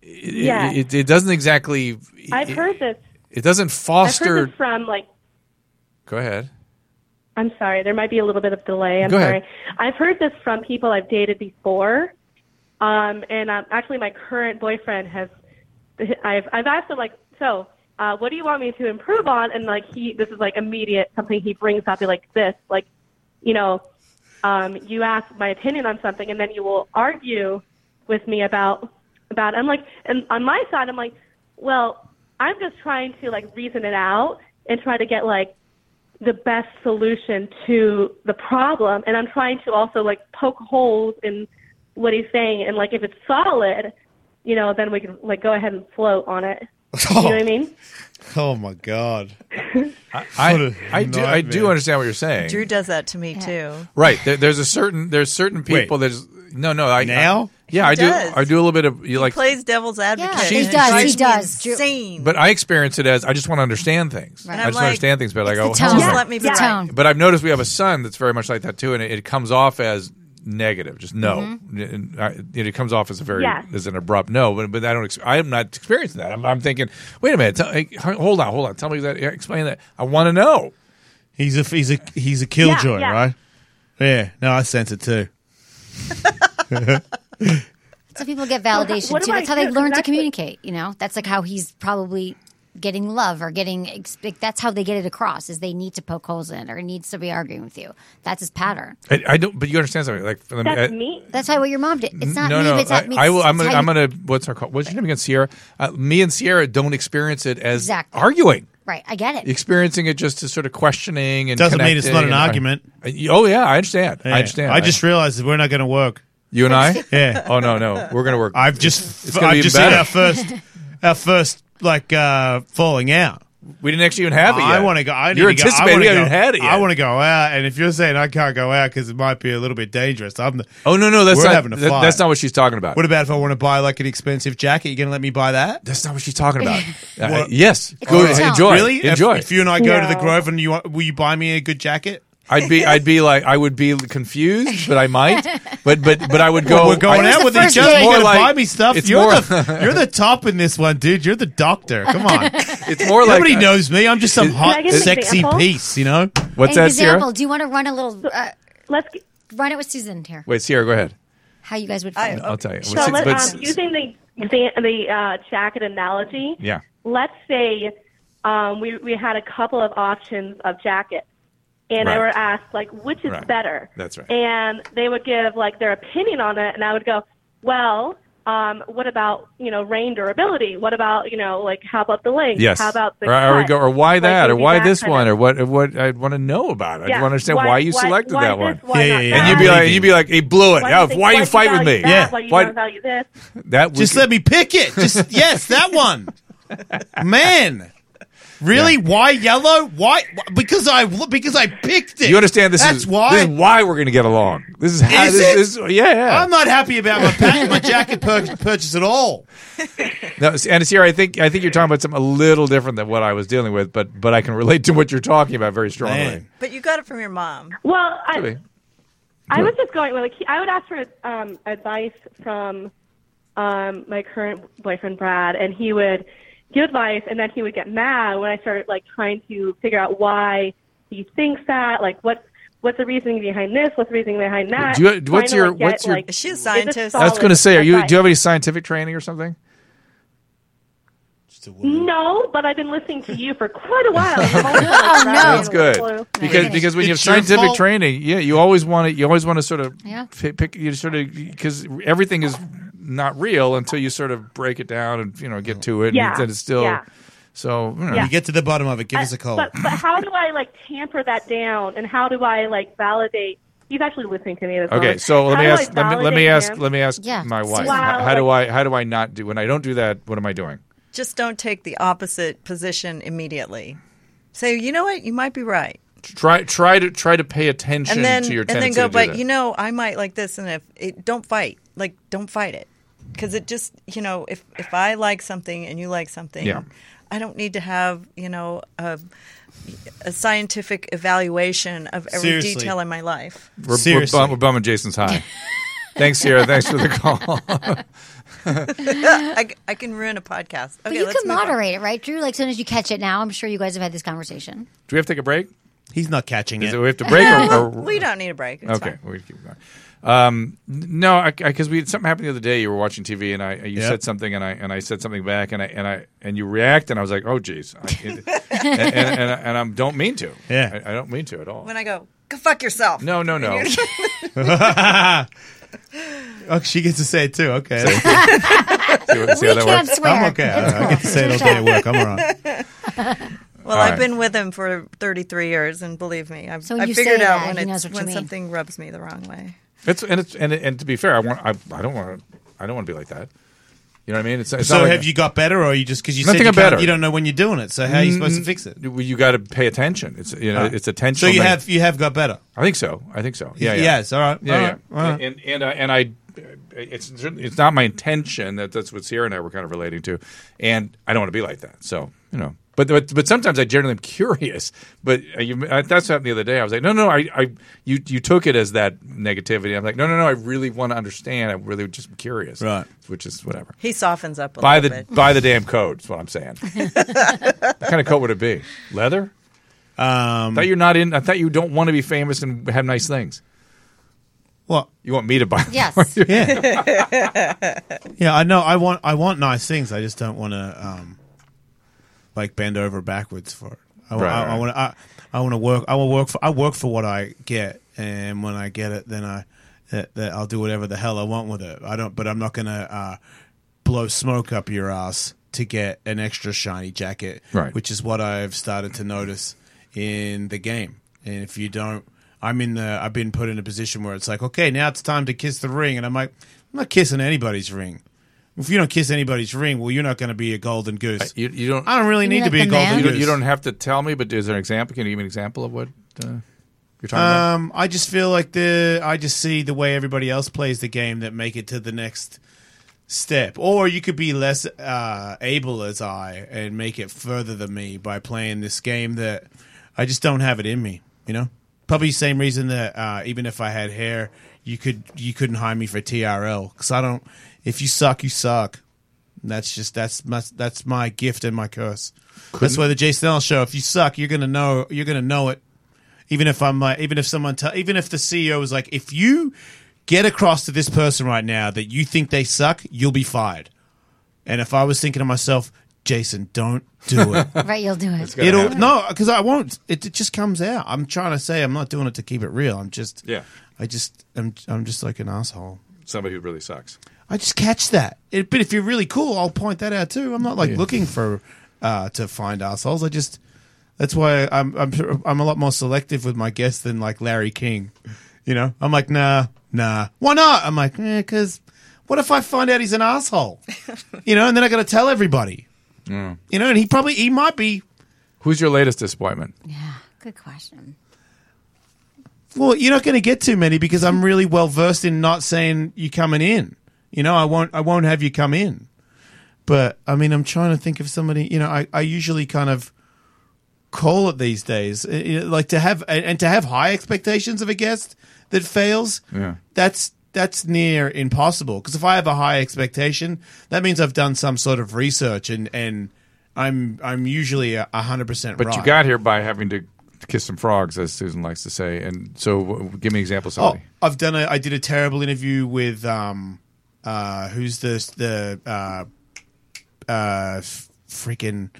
[SPEAKER 1] It,
[SPEAKER 9] Yeah.
[SPEAKER 1] it, it doesn't exactly.
[SPEAKER 9] I've
[SPEAKER 1] it,
[SPEAKER 9] heard this.
[SPEAKER 1] It doesn't
[SPEAKER 9] I've
[SPEAKER 1] foster.
[SPEAKER 9] heard this from like
[SPEAKER 1] Go ahead.
[SPEAKER 9] I'm sorry. There might be a little bit of delay. I'm
[SPEAKER 1] Go
[SPEAKER 9] sorry.
[SPEAKER 1] ahead.
[SPEAKER 9] I've heard this from people I've dated before, um, and um, actually, my current boyfriend has. I've I've asked him like, so uh, what do you want me to improve on? And like he, this is like immediate something he brings up like this, like, you know, um, you ask my opinion on something, and then you will argue with me about about. I'm like, and on my side, I'm like, well, I'm just trying to like reason it out and try to get like the best solution to the problem and i'm trying to also like poke holes in what he's saying and like if it's solid you know then we can like go ahead and float on it you know what i mean
[SPEAKER 4] Oh my god!
[SPEAKER 1] I, I,
[SPEAKER 4] What a
[SPEAKER 1] I do I do
[SPEAKER 4] nightmare.
[SPEAKER 1] understand what you're saying.
[SPEAKER 6] Drew does that to me too.
[SPEAKER 1] Right. There, there's a certain there's certain people there's no no I now yeah
[SPEAKER 6] He
[SPEAKER 1] I do
[SPEAKER 6] does.
[SPEAKER 1] I do a little bit of you like
[SPEAKER 6] Plays devil's advocate.
[SPEAKER 3] he
[SPEAKER 6] and it
[SPEAKER 3] does, he
[SPEAKER 6] drives me
[SPEAKER 3] does.
[SPEAKER 6] Insane.
[SPEAKER 1] but I experience it as I just want to understand things.
[SPEAKER 6] Right.
[SPEAKER 1] I
[SPEAKER 6] I'm
[SPEAKER 1] just
[SPEAKER 6] like,
[SPEAKER 1] understand things, but I go
[SPEAKER 6] tone.
[SPEAKER 1] "Hold
[SPEAKER 6] Just
[SPEAKER 1] on."
[SPEAKER 6] let me be It's the right." tone.
[SPEAKER 1] But I've noticed we have a son that's very much like that too, and it, it comes off as negative, just no. And I- It, it comes off as a very
[SPEAKER 10] Yeah.
[SPEAKER 1] as an abrupt no. But, but I don't. ex- I'm not experiencing that. I'm, I'm thinking, wait a minute. Tell, hey, hold on, hold on. Tell me that. Explain that. I want to know.
[SPEAKER 4] He's a he's a he's a killjoy,
[SPEAKER 1] yeah.
[SPEAKER 4] right? Yeah. No, I sense it too.
[SPEAKER 3] Some people get
[SPEAKER 9] Well, how-
[SPEAKER 3] validation
[SPEAKER 9] what
[SPEAKER 3] too.
[SPEAKER 9] do I
[SPEAKER 3] That's how they
[SPEAKER 9] do?
[SPEAKER 3] learn to
[SPEAKER 9] Exactly.
[SPEAKER 3] communicate. You know, that's like how he's probably getting love or getting expe- that's how they get it across is they need to poke holes in or needs to be arguing with you. That's his pattern.
[SPEAKER 1] I, I don't, but you understand something. Like, for the- I-
[SPEAKER 3] That's how what your mom did. It's not
[SPEAKER 1] no,
[SPEAKER 3] me.
[SPEAKER 1] no.
[SPEAKER 3] but it's
[SPEAKER 1] I,
[SPEAKER 3] not me.
[SPEAKER 1] I will.
[SPEAKER 3] It's
[SPEAKER 1] I'm gonna.
[SPEAKER 3] how you-
[SPEAKER 1] I'm gonna. What's her call? What's your name again? Sierra. Uh, me and Sierra don't experience it as
[SPEAKER 3] Exactly.
[SPEAKER 1] arguing.
[SPEAKER 3] Right. I get it.
[SPEAKER 1] Experiencing it just as sort of questioning and
[SPEAKER 4] Doesn't mean it's
[SPEAKER 1] connecting
[SPEAKER 4] not an
[SPEAKER 1] and-
[SPEAKER 4] argument.
[SPEAKER 1] Uh, oh yeah, I understand.
[SPEAKER 4] Yeah.
[SPEAKER 1] I understand.
[SPEAKER 4] I just realized that we're not going to work.
[SPEAKER 1] You and I.
[SPEAKER 4] Yeah.
[SPEAKER 1] Oh no, no, we're gonna work.
[SPEAKER 4] I've just
[SPEAKER 1] It's gonna be
[SPEAKER 4] I've just
[SPEAKER 1] better.
[SPEAKER 4] had our first our first like uh, falling out.
[SPEAKER 1] We didn't actually even have it.
[SPEAKER 4] I
[SPEAKER 1] yet.
[SPEAKER 4] want to go. I
[SPEAKER 1] You're
[SPEAKER 4] need to go. I
[SPEAKER 1] anticipating.
[SPEAKER 4] wanna
[SPEAKER 1] We haven't
[SPEAKER 4] go-
[SPEAKER 1] had it yet.
[SPEAKER 4] I want to go out, and if you're saying I can't go out because it might be a little bit dangerous, I'm. The,
[SPEAKER 1] Oh no, no, that's
[SPEAKER 4] we're
[SPEAKER 1] not.
[SPEAKER 4] having a
[SPEAKER 1] that-
[SPEAKER 4] fight.
[SPEAKER 1] that's not what she's talking about.
[SPEAKER 4] What about if I want to buy like an expensive jacket? You going to let me buy that?
[SPEAKER 1] That's not what she's talking about. Uh,
[SPEAKER 4] What?
[SPEAKER 1] yes, go enjoy.
[SPEAKER 4] Really? If-
[SPEAKER 1] Enjoy.
[SPEAKER 4] If, you and I go to the
[SPEAKER 1] No.
[SPEAKER 4] Grove and you want, will you buy me a good jacket?
[SPEAKER 1] I'd be, I'd be like, I would be confused, but I might, but, but, but I would go.
[SPEAKER 4] We're going
[SPEAKER 1] Oh, I-
[SPEAKER 4] out with each other.
[SPEAKER 1] It's
[SPEAKER 4] You're gonna buy me stuff.
[SPEAKER 1] it's
[SPEAKER 4] You're
[SPEAKER 1] more-
[SPEAKER 4] the you're the top in this one, dude. You're the doctor. Come on.
[SPEAKER 1] It's more like uh,
[SPEAKER 4] Nobody knows me. I'm just some
[SPEAKER 1] Can I
[SPEAKER 4] hot,
[SPEAKER 3] give an
[SPEAKER 4] sexy
[SPEAKER 3] example?
[SPEAKER 4] piece. You know.
[SPEAKER 1] What's
[SPEAKER 3] An
[SPEAKER 1] that,
[SPEAKER 3] example.
[SPEAKER 1] Sierra?
[SPEAKER 3] Do you want to run a little? Uh,
[SPEAKER 9] Let's
[SPEAKER 3] run it with Susan here.
[SPEAKER 1] Wait, Sierra, go ahead.
[SPEAKER 3] How you guys would? Find it.
[SPEAKER 6] uh,
[SPEAKER 1] I'll tell you.
[SPEAKER 9] So
[SPEAKER 1] But-
[SPEAKER 9] let,
[SPEAKER 1] but-
[SPEAKER 9] um, using the the, the uh, jacket analogy,
[SPEAKER 1] yeah.
[SPEAKER 9] let's say um, we, we had a couple of options of jackets, and I
[SPEAKER 8] Right.
[SPEAKER 9] were asked like which is
[SPEAKER 8] Right.
[SPEAKER 9] better.
[SPEAKER 8] That's right.
[SPEAKER 9] And they would give like their opinion on it, and I would go, well, um, what about you know rain durability? What about you know like how about the length?
[SPEAKER 1] Yes.
[SPEAKER 9] How about the
[SPEAKER 1] or, I would
[SPEAKER 9] cut?
[SPEAKER 1] go, or why
[SPEAKER 9] Like,
[SPEAKER 1] that, or
[SPEAKER 9] maybe
[SPEAKER 1] why
[SPEAKER 9] that
[SPEAKER 1] this
[SPEAKER 9] kind
[SPEAKER 1] one,
[SPEAKER 9] of-
[SPEAKER 1] or what, or what I'd want to know about it.
[SPEAKER 9] Yeah.
[SPEAKER 1] I'd want to understand why,
[SPEAKER 9] Why-
[SPEAKER 1] you
[SPEAKER 9] why-
[SPEAKER 1] selected
[SPEAKER 9] why
[SPEAKER 1] that
[SPEAKER 9] this,
[SPEAKER 1] one.
[SPEAKER 9] why Yeah, yeah, not yeah.
[SPEAKER 1] And you'd be like, you'd be like, he blew it.
[SPEAKER 9] Why
[SPEAKER 1] Yeah,
[SPEAKER 9] do
[SPEAKER 1] why you
[SPEAKER 9] think-
[SPEAKER 1] fight with
[SPEAKER 9] value
[SPEAKER 1] me?
[SPEAKER 9] That? Why you don't value this?
[SPEAKER 1] that
[SPEAKER 4] Just let me pick it. Just yes, that one. Man, really? Why yellow? Why? Because I because I picked it.
[SPEAKER 1] You understand this
[SPEAKER 4] That's
[SPEAKER 1] is
[SPEAKER 4] why.
[SPEAKER 1] this is why we're going to get along. This is how
[SPEAKER 4] Is
[SPEAKER 1] this
[SPEAKER 4] it?
[SPEAKER 1] is yeah, yeah.
[SPEAKER 4] I'm not happy about my, pack, my jacket pur- purchase at all.
[SPEAKER 1] No, and Sierra, I think I think you're talking about something a little different than what I was dealing with, but but I can relate to what you're talking about very strongly.
[SPEAKER 6] But you got it from your mom.
[SPEAKER 9] Well,
[SPEAKER 1] Could be.
[SPEAKER 9] I, I was just going. Like, he- I would ask for um, advice from um, my current boyfriend Brad, and he would give advice, and then he would get mad when I started like trying to figure out why he thinks that. Like, what's what's the reasoning behind this? What's the reasoning behind that?
[SPEAKER 1] Do you- what's
[SPEAKER 9] Trying to,
[SPEAKER 1] your-
[SPEAKER 9] like, get,
[SPEAKER 1] what's your-
[SPEAKER 9] like,
[SPEAKER 6] Is she a
[SPEAKER 9] is this
[SPEAKER 6] scientist?
[SPEAKER 1] I was
[SPEAKER 9] solid
[SPEAKER 1] going to say, are you
[SPEAKER 9] advice?
[SPEAKER 1] do you have any scientific training or something?
[SPEAKER 9] No, but I've been listening to you for quite a while.
[SPEAKER 3] oh
[SPEAKER 1] That's good because because when you have
[SPEAKER 4] It's your
[SPEAKER 1] scientific
[SPEAKER 4] fault.
[SPEAKER 1] training, yeah, you always want to you always want to sort of
[SPEAKER 3] Yeah.
[SPEAKER 1] pi- pick you sort of because everything is not real until you sort of break it down and you know get to it.
[SPEAKER 9] Yeah,
[SPEAKER 1] and then it's still
[SPEAKER 9] yeah.
[SPEAKER 1] so you know.
[SPEAKER 9] Yeah. You
[SPEAKER 4] get to the bottom of it. Give
[SPEAKER 9] I- But, but how do I like tamper that down, and how do I like validate? He's actually listening to me. This
[SPEAKER 1] Okay,
[SPEAKER 9] moment.
[SPEAKER 1] so let
[SPEAKER 9] How
[SPEAKER 1] me
[SPEAKER 9] do I
[SPEAKER 1] ask let me, let me
[SPEAKER 9] validate
[SPEAKER 1] ask
[SPEAKER 9] him?
[SPEAKER 1] let me ask
[SPEAKER 6] Yeah,
[SPEAKER 1] my wife.
[SPEAKER 6] Wow,
[SPEAKER 1] how do I how do I not do when I don't do that? What am I doing?
[SPEAKER 6] Just don't take the opposite position immediately. Say, you know what? You might be right.
[SPEAKER 1] Try try to try to pay attention
[SPEAKER 6] and then
[SPEAKER 1] to your
[SPEAKER 6] and then
[SPEAKER 1] tendency
[SPEAKER 6] go,
[SPEAKER 1] to do
[SPEAKER 6] but
[SPEAKER 1] that.
[SPEAKER 6] you know, I might like this, and if it don't fight, like don't fight it, because it just you know, if if I like something and you like something,
[SPEAKER 1] Yeah.
[SPEAKER 6] I don't need to have you know a, a scientific evaluation of every
[SPEAKER 1] Seriously.
[SPEAKER 6] detail in my life.
[SPEAKER 1] We're, we're,
[SPEAKER 4] Seriously.
[SPEAKER 1] bum, we're bumming Jason's high. Thanks, Sierra. Thanks for the call.
[SPEAKER 6] I, I can ruin a podcast. Okay,
[SPEAKER 3] but you
[SPEAKER 6] let's
[SPEAKER 3] can
[SPEAKER 6] move on.
[SPEAKER 3] moderate it, right, Drew? Like, soon as you catch it now, I'm sure you guys have had this conversation.
[SPEAKER 1] Do we have to take a break?
[SPEAKER 4] He's not catching
[SPEAKER 1] it. we have to break or, or-
[SPEAKER 6] we don't need a break. It's
[SPEAKER 1] okay, we keep going. Um, n- no, because we something happened the other day. You were watching TV, and I uh, you
[SPEAKER 4] Yep.
[SPEAKER 1] said something, and I and I said something back, and I and I and you react, and I was like, oh, geez, I, and, and, and, and, I- and I'm don't mean to.
[SPEAKER 4] Yeah.
[SPEAKER 1] I, I don't mean to at all.
[SPEAKER 6] When I go, go fuck yourself.
[SPEAKER 1] No, no, no.
[SPEAKER 6] And you're-
[SPEAKER 4] oh, she gets to say it too. Okay.
[SPEAKER 1] what- see how We that can't works? swear.
[SPEAKER 4] I'm okay.
[SPEAKER 1] It's
[SPEAKER 4] I, I
[SPEAKER 1] cool.
[SPEAKER 4] get to say it okay at work. I'm all right.
[SPEAKER 6] Well,
[SPEAKER 4] All
[SPEAKER 6] I've
[SPEAKER 4] right.
[SPEAKER 6] been with him for 33 years, and believe me, I've,
[SPEAKER 3] So when
[SPEAKER 6] I've
[SPEAKER 3] you
[SPEAKER 6] figured
[SPEAKER 3] say
[SPEAKER 6] out
[SPEAKER 3] that, he
[SPEAKER 6] when,
[SPEAKER 3] knows
[SPEAKER 6] it's,
[SPEAKER 3] what you
[SPEAKER 6] when
[SPEAKER 3] mean.
[SPEAKER 6] something rubs me the wrong way.
[SPEAKER 1] It's and it's and, and to be fair, I want I, I don't want to I don't want to be like that. You know what I mean? It's, it's
[SPEAKER 4] so
[SPEAKER 1] not like
[SPEAKER 4] have
[SPEAKER 1] a-
[SPEAKER 4] you got better, or are you just because you
[SPEAKER 1] Nothing
[SPEAKER 4] said you,
[SPEAKER 1] got better.
[SPEAKER 4] can't- you don't know when you're doing it? So how are you supposed to
[SPEAKER 1] Mm,
[SPEAKER 4] fix it?
[SPEAKER 1] well, You got to pay attention. It's you know
[SPEAKER 4] Ah.
[SPEAKER 1] it's
[SPEAKER 4] So
[SPEAKER 1] attention.
[SPEAKER 4] you have you have got better.
[SPEAKER 1] I think so. I think so. Yeah. yeah.
[SPEAKER 4] Yes, all right,
[SPEAKER 1] Yeah.
[SPEAKER 4] all
[SPEAKER 1] yeah.
[SPEAKER 4] right, all right.
[SPEAKER 1] And and uh, and I, it's certainly- it's not my intention that that's what Sierra and I were kind of relating to, and I don't want to be like that. So you know, but but, but sometimes I generally am curious. But uh, you, uh, that's what happened the other day. I was like, no, no, I, I you you took it as that negativity. I'm like, no, no, no. I really want to understand. I really just am curious. Right. Which is whatever.
[SPEAKER 6] He softens up a
[SPEAKER 1] Buy the
[SPEAKER 6] little bit.
[SPEAKER 1] buy the damn coat. Is what I'm saying. what kind of coat would it be? Leather.
[SPEAKER 4] Um,
[SPEAKER 1] I thought you're not in. I thought you don't want to be famous and have nice things.
[SPEAKER 4] Well,
[SPEAKER 1] you want me to buy?
[SPEAKER 3] Yes.
[SPEAKER 4] Yeah. yeah, I know. I want I want nice things. I just don't want to. Um, like bend over backwards for it. I,
[SPEAKER 11] Right,
[SPEAKER 4] I,
[SPEAKER 11] right.
[SPEAKER 4] want to. I, I want to work. I will work for. I work for what I get, and when I get it, then I that, that I'll do whatever the hell I want with it. I don't. But I'm not gonna uh, blow smoke up your ass to get an extra shiny jacket,
[SPEAKER 1] Right.
[SPEAKER 4] Which is what I've started to notice in the game. And if you don't, I'm in the. I've been put in a position where it's like, okay, now it's time to kiss the ring, and I'm like, I'm not kissing anybody's ring. If you don't kiss anybody's ring, well, you're not going to be a golden goose.
[SPEAKER 1] you, you don't.
[SPEAKER 4] I don't really need to be a golden
[SPEAKER 1] You
[SPEAKER 4] goose.
[SPEAKER 1] don't, you don't have to tell me, but is there an example? Can you give me an example of what uh, you're talking about?
[SPEAKER 4] Um, I just feel like the I just see the way everybody else plays the game that make it to the next step. Or you could be less uh, able as I and make it further than me by playing this game that I just don't have it in me. You know, probably same reason that uh, even if I had hair, you could you couldn't hire me for TRL because I don't. If you suck, you suck. And That's just that's my that's my gift and my curse. that's
[SPEAKER 1] Couldn't-
[SPEAKER 4] why the Jay Snell show. If you suck, you're gonna know. You're gonna know it. Even if I'm like, even if someone, t- even if the CEO was like, if you get across to this person right now that you think they suck, you'll be fired. And if I was thinking to myself, Jason, don't do it.
[SPEAKER 3] right, you'll do it.
[SPEAKER 4] It'll no, because I won't. It, it just comes out. I'm trying to say I'm not doing it to keep it real. I'm just
[SPEAKER 1] Yeah.
[SPEAKER 4] I just I'm I'm just like an asshole.
[SPEAKER 1] Somebody who really sucks.
[SPEAKER 4] I just catch that. It, but if you're really cool, I'll point that out too. I'm not like
[SPEAKER 1] Yeah.
[SPEAKER 4] looking for uh, to find assholes. I just that's why I'm I'm I'm a lot more selective with my guests than like Larry King. You know, I'm like nah nah. Why not? I'm like because what if I find out he's an asshole? you know, and then I got to tell everybody.
[SPEAKER 1] Mm.
[SPEAKER 4] You know, and he probably he might be.
[SPEAKER 1] Who's your latest disappointment?
[SPEAKER 3] Good question.
[SPEAKER 4] Well, you're not going to get too many because I'm really well versed in not saying you coming in. You know, I won't. I won't have you come in. But I mean, I'm trying to think of somebody. You know, I, I usually kind of call it these days. Uh, you know, Like to have and and to have high expectations of a guest that fails.
[SPEAKER 1] Yeah.
[SPEAKER 4] That's that's near impossible because if I have a high expectation, that means I've done some sort of research and and I'm I'm usually a hundred percent.
[SPEAKER 1] But
[SPEAKER 4] right.
[SPEAKER 1] you got here by having to kiss some frogs, as Susan likes to say. And so, w- give me an example of somebody.
[SPEAKER 4] Oh, I've done a. I did a terrible interview with um, uh, who's the the uh, uh, f- freaking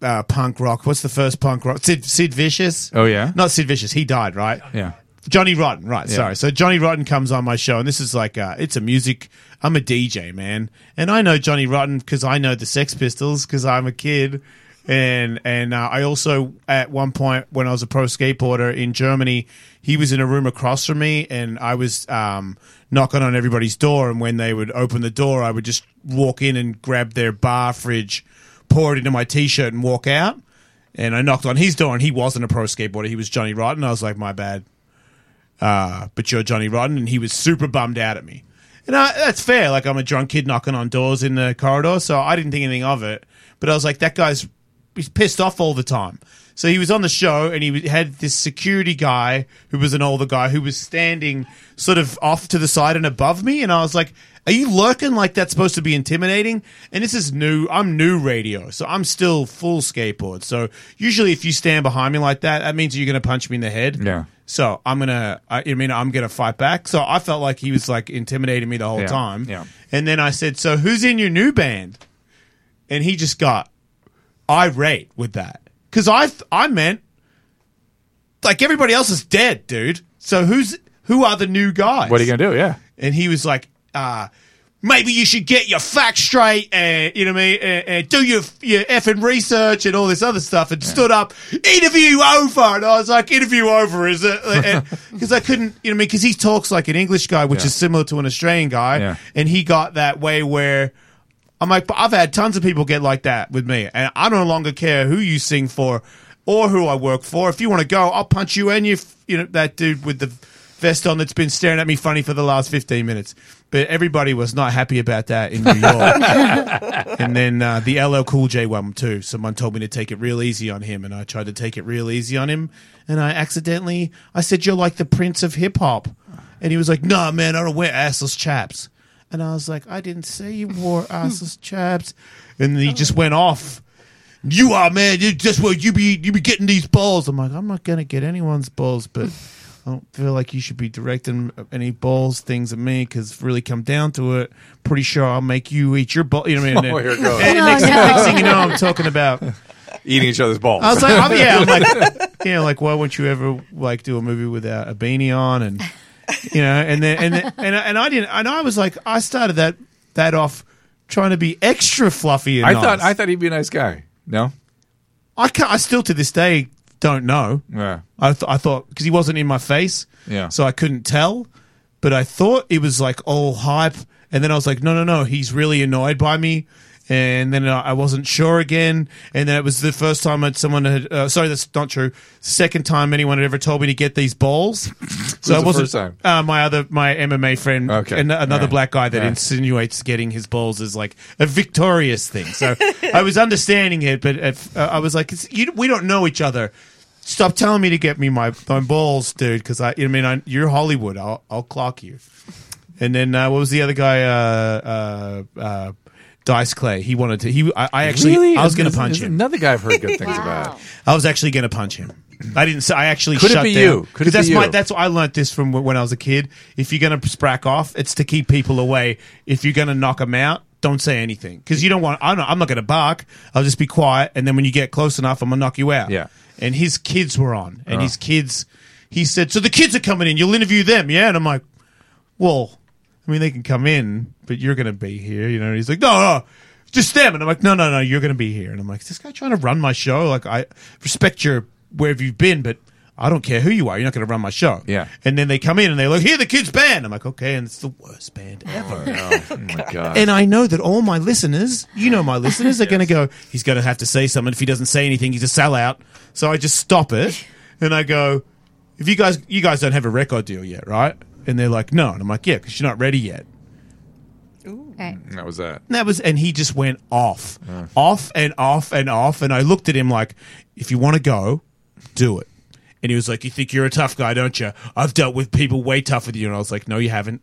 [SPEAKER 4] uh, punk rock. What's the first punk rock? Sid Sid Vicious.
[SPEAKER 1] Oh, yeah?
[SPEAKER 4] not Sid Vicious. He died, right?
[SPEAKER 1] Yeah.
[SPEAKER 4] Johnny Rotten, right?
[SPEAKER 1] Yeah.
[SPEAKER 4] Sorry. So Johnny Rotten comes on my show, and this is like uh, it's a music. I'm a DJ, man, and I know Johnny Rotten because I know the Sex Pistols because I'm a kid, and and uh, I also at one point when I was a pro skateboarder in Germany, he was in a room across from me, and I was um, knocking on everybody's door, and when they would open the door, I would just walk in and grab their bar fridge, pour it into my t-shirt, and walk out. And I knocked on his door, and he wasn't a pro skateboarder. He was Johnny Rotten. I was like, my bad uh, but you're Johnny Rotten, and he was super bummed out at me. And I, that's fair. Like I'm a drunk kid knocking on doors in the corridor, so I didn't think anything of it. But I was like, that guy's he's pissed off all the time. So he was on the show, and he was- had this security guy who was an older guy who was standing sort of off to the side and above me, and I was like. Are you lurking like that's supposed to be intimidating? And this is new. I'm new radio, so I'm still full skateboard. So usually, if you stand behind me like that, that means you're going to punch me in the head.
[SPEAKER 1] Yeah.
[SPEAKER 4] So I'm gonna, I, I mean, I'm gonna fight back. So I felt like he was like intimidating me the whole
[SPEAKER 1] Yeah,
[SPEAKER 4] time.
[SPEAKER 1] yeah.
[SPEAKER 4] And then I said, "So who's in your new band?" And he just got irate with that because I, th- I meant like everybody else is dead, dude. So who's who are the new guys?
[SPEAKER 1] What are you going to do? Yeah.
[SPEAKER 4] and he was like, uh, maybe you should get your facts straight and, you know what I mean, and, and do your, your effing research and all this other stuff and stood up, interview over. And I was like, interview over, is it? Because I couldn't, you know what I mean, because he talks like an English guy, which
[SPEAKER 1] Yeah.
[SPEAKER 4] is similar to an Australian guy.
[SPEAKER 1] Yeah.
[SPEAKER 4] And he got that way where I'm like, but I've had tons of people get like that with me. And I no longer care who you sing for or who I work for. If you want to go, I'll punch you and you, f- you know, that dude with the vest on that's been staring at me funny for the last 15 minutes. But everybody was not happy about that in New York. and then uh, the LL Cool J one, too. Someone told me to take it real easy on him. And I tried to take it real easy on him. And I accidentally, I said, You're like the prince of hip hop. And he was like, Nah, man, I don't wear assless chaps. And I was like, I didn't say you wore assless chaps. And then he just went off. You are man. You just what you be. You be getting these balls. I'm like, I'm not gonna get anyone's balls, but I don't feel like you should be directing any balls things at me because really come down to it, pretty sure I'll make you eat your ball. You know what I mean?
[SPEAKER 11] Oh, here it goes.
[SPEAKER 4] And
[SPEAKER 11] No,
[SPEAKER 4] next,
[SPEAKER 11] no.
[SPEAKER 4] next thing you know, I'm talking about.
[SPEAKER 11] Eating each other's balls.
[SPEAKER 4] I was like, I'm, yeah, I'm like, you know, like why wouldn't you ever like do a movie without a beanie on and you know, and then and then, and I- and I didn't, and I was like, I started that that off trying to be extra fluffy. And
[SPEAKER 1] I
[SPEAKER 4] nice.
[SPEAKER 1] thought I thought he'd be a nice guy. No,
[SPEAKER 4] I can't, I still to this day don't know.
[SPEAKER 1] Yeah.
[SPEAKER 4] I th- I thought because he wasn't in my face,
[SPEAKER 1] Yeah.
[SPEAKER 4] so I couldn't tell. But I thought it was like all hype, and then I was like, no, no, no, he's really annoyed by me. And then I I wasn't sure again. And then it was the first time that someone had. Uh, sorry, that's not true. Second time anyone had ever told me to get these balls. so I
[SPEAKER 1] the
[SPEAKER 4] wasn't.
[SPEAKER 1] first time?
[SPEAKER 4] Uh, my other my MMA friend,
[SPEAKER 1] Okay.
[SPEAKER 4] and
[SPEAKER 1] All
[SPEAKER 4] another
[SPEAKER 1] right.
[SPEAKER 4] black guy that
[SPEAKER 1] All right.
[SPEAKER 4] insinuates getting his balls is like a victorious thing. So I was understanding it, but at, uh, I was like, it's, you, we don't know each other. Stop telling me to get me my, my balls, dude, because I, I mean, I, you're Hollywood. I'll, I'll clock you. And then uh, what was the other guy? Uh, uh, uh, Dice Clay. He wanted to. He. I, I actually.
[SPEAKER 1] Really?
[SPEAKER 4] I was going to
[SPEAKER 1] Is-
[SPEAKER 4] punch
[SPEAKER 1] is
[SPEAKER 4] him.
[SPEAKER 1] Another guy I've heard good things about.
[SPEAKER 4] I was actually going to punch him. I didn't. say I actually
[SPEAKER 1] Could it
[SPEAKER 4] shut
[SPEAKER 1] be
[SPEAKER 4] down.
[SPEAKER 1] you? Could it
[SPEAKER 4] 'Cause that's
[SPEAKER 1] be
[SPEAKER 4] my.
[SPEAKER 1] you?
[SPEAKER 4] That's what I learnt this from wh- when I was a kid. If you're going to sprack off, it's to keep people away. If you're going to knock them out, don't say anything because you don't want. I'm not, I'm not going to bark. I'll just be quiet, and then when you get close enough, I'm going to knock you out.
[SPEAKER 1] Yeah.
[SPEAKER 4] And his kids were on, and
[SPEAKER 1] Oh.
[SPEAKER 4] his kids. He said, "So the kids are coming in. You'll interview them, yeah?" And I'm like, "Well, I mean, they can come in, but you're going to be here, you know." And he's like, "No, no." Just them, and I'm like, no, no, no, you're going to be here, and I'm like, is this guy trying to run my show? Like, I respect your wherever you've been, but I don't care who you are, you're not going to run my show.
[SPEAKER 1] Yeah.
[SPEAKER 4] And then they come in and they're like, here, the kids' band. I'm like, okay, and it's the worst band ever.
[SPEAKER 1] Oh my god.
[SPEAKER 4] And I know that all my listeners, you know, my listeners are going to go, he's going to have to say something. If he doesn't say anything, he's a sellout. So I just stop it and I go, if you guys, you guys don't have a record deal yet, right? And they're like, no. And I'm like, yeah, because you're not ready yet.
[SPEAKER 1] And that was that.
[SPEAKER 4] And that was, and he just went off, off and off and off. And I looked at him like, if you want to go, do it. And he was like, you think you're a tough guy, don't you? I've dealt with people way tougher than you. And I was like, no, you haven't.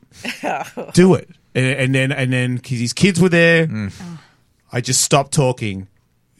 [SPEAKER 4] do it. And, and then, and then, because his kids were there, I just stopped talking.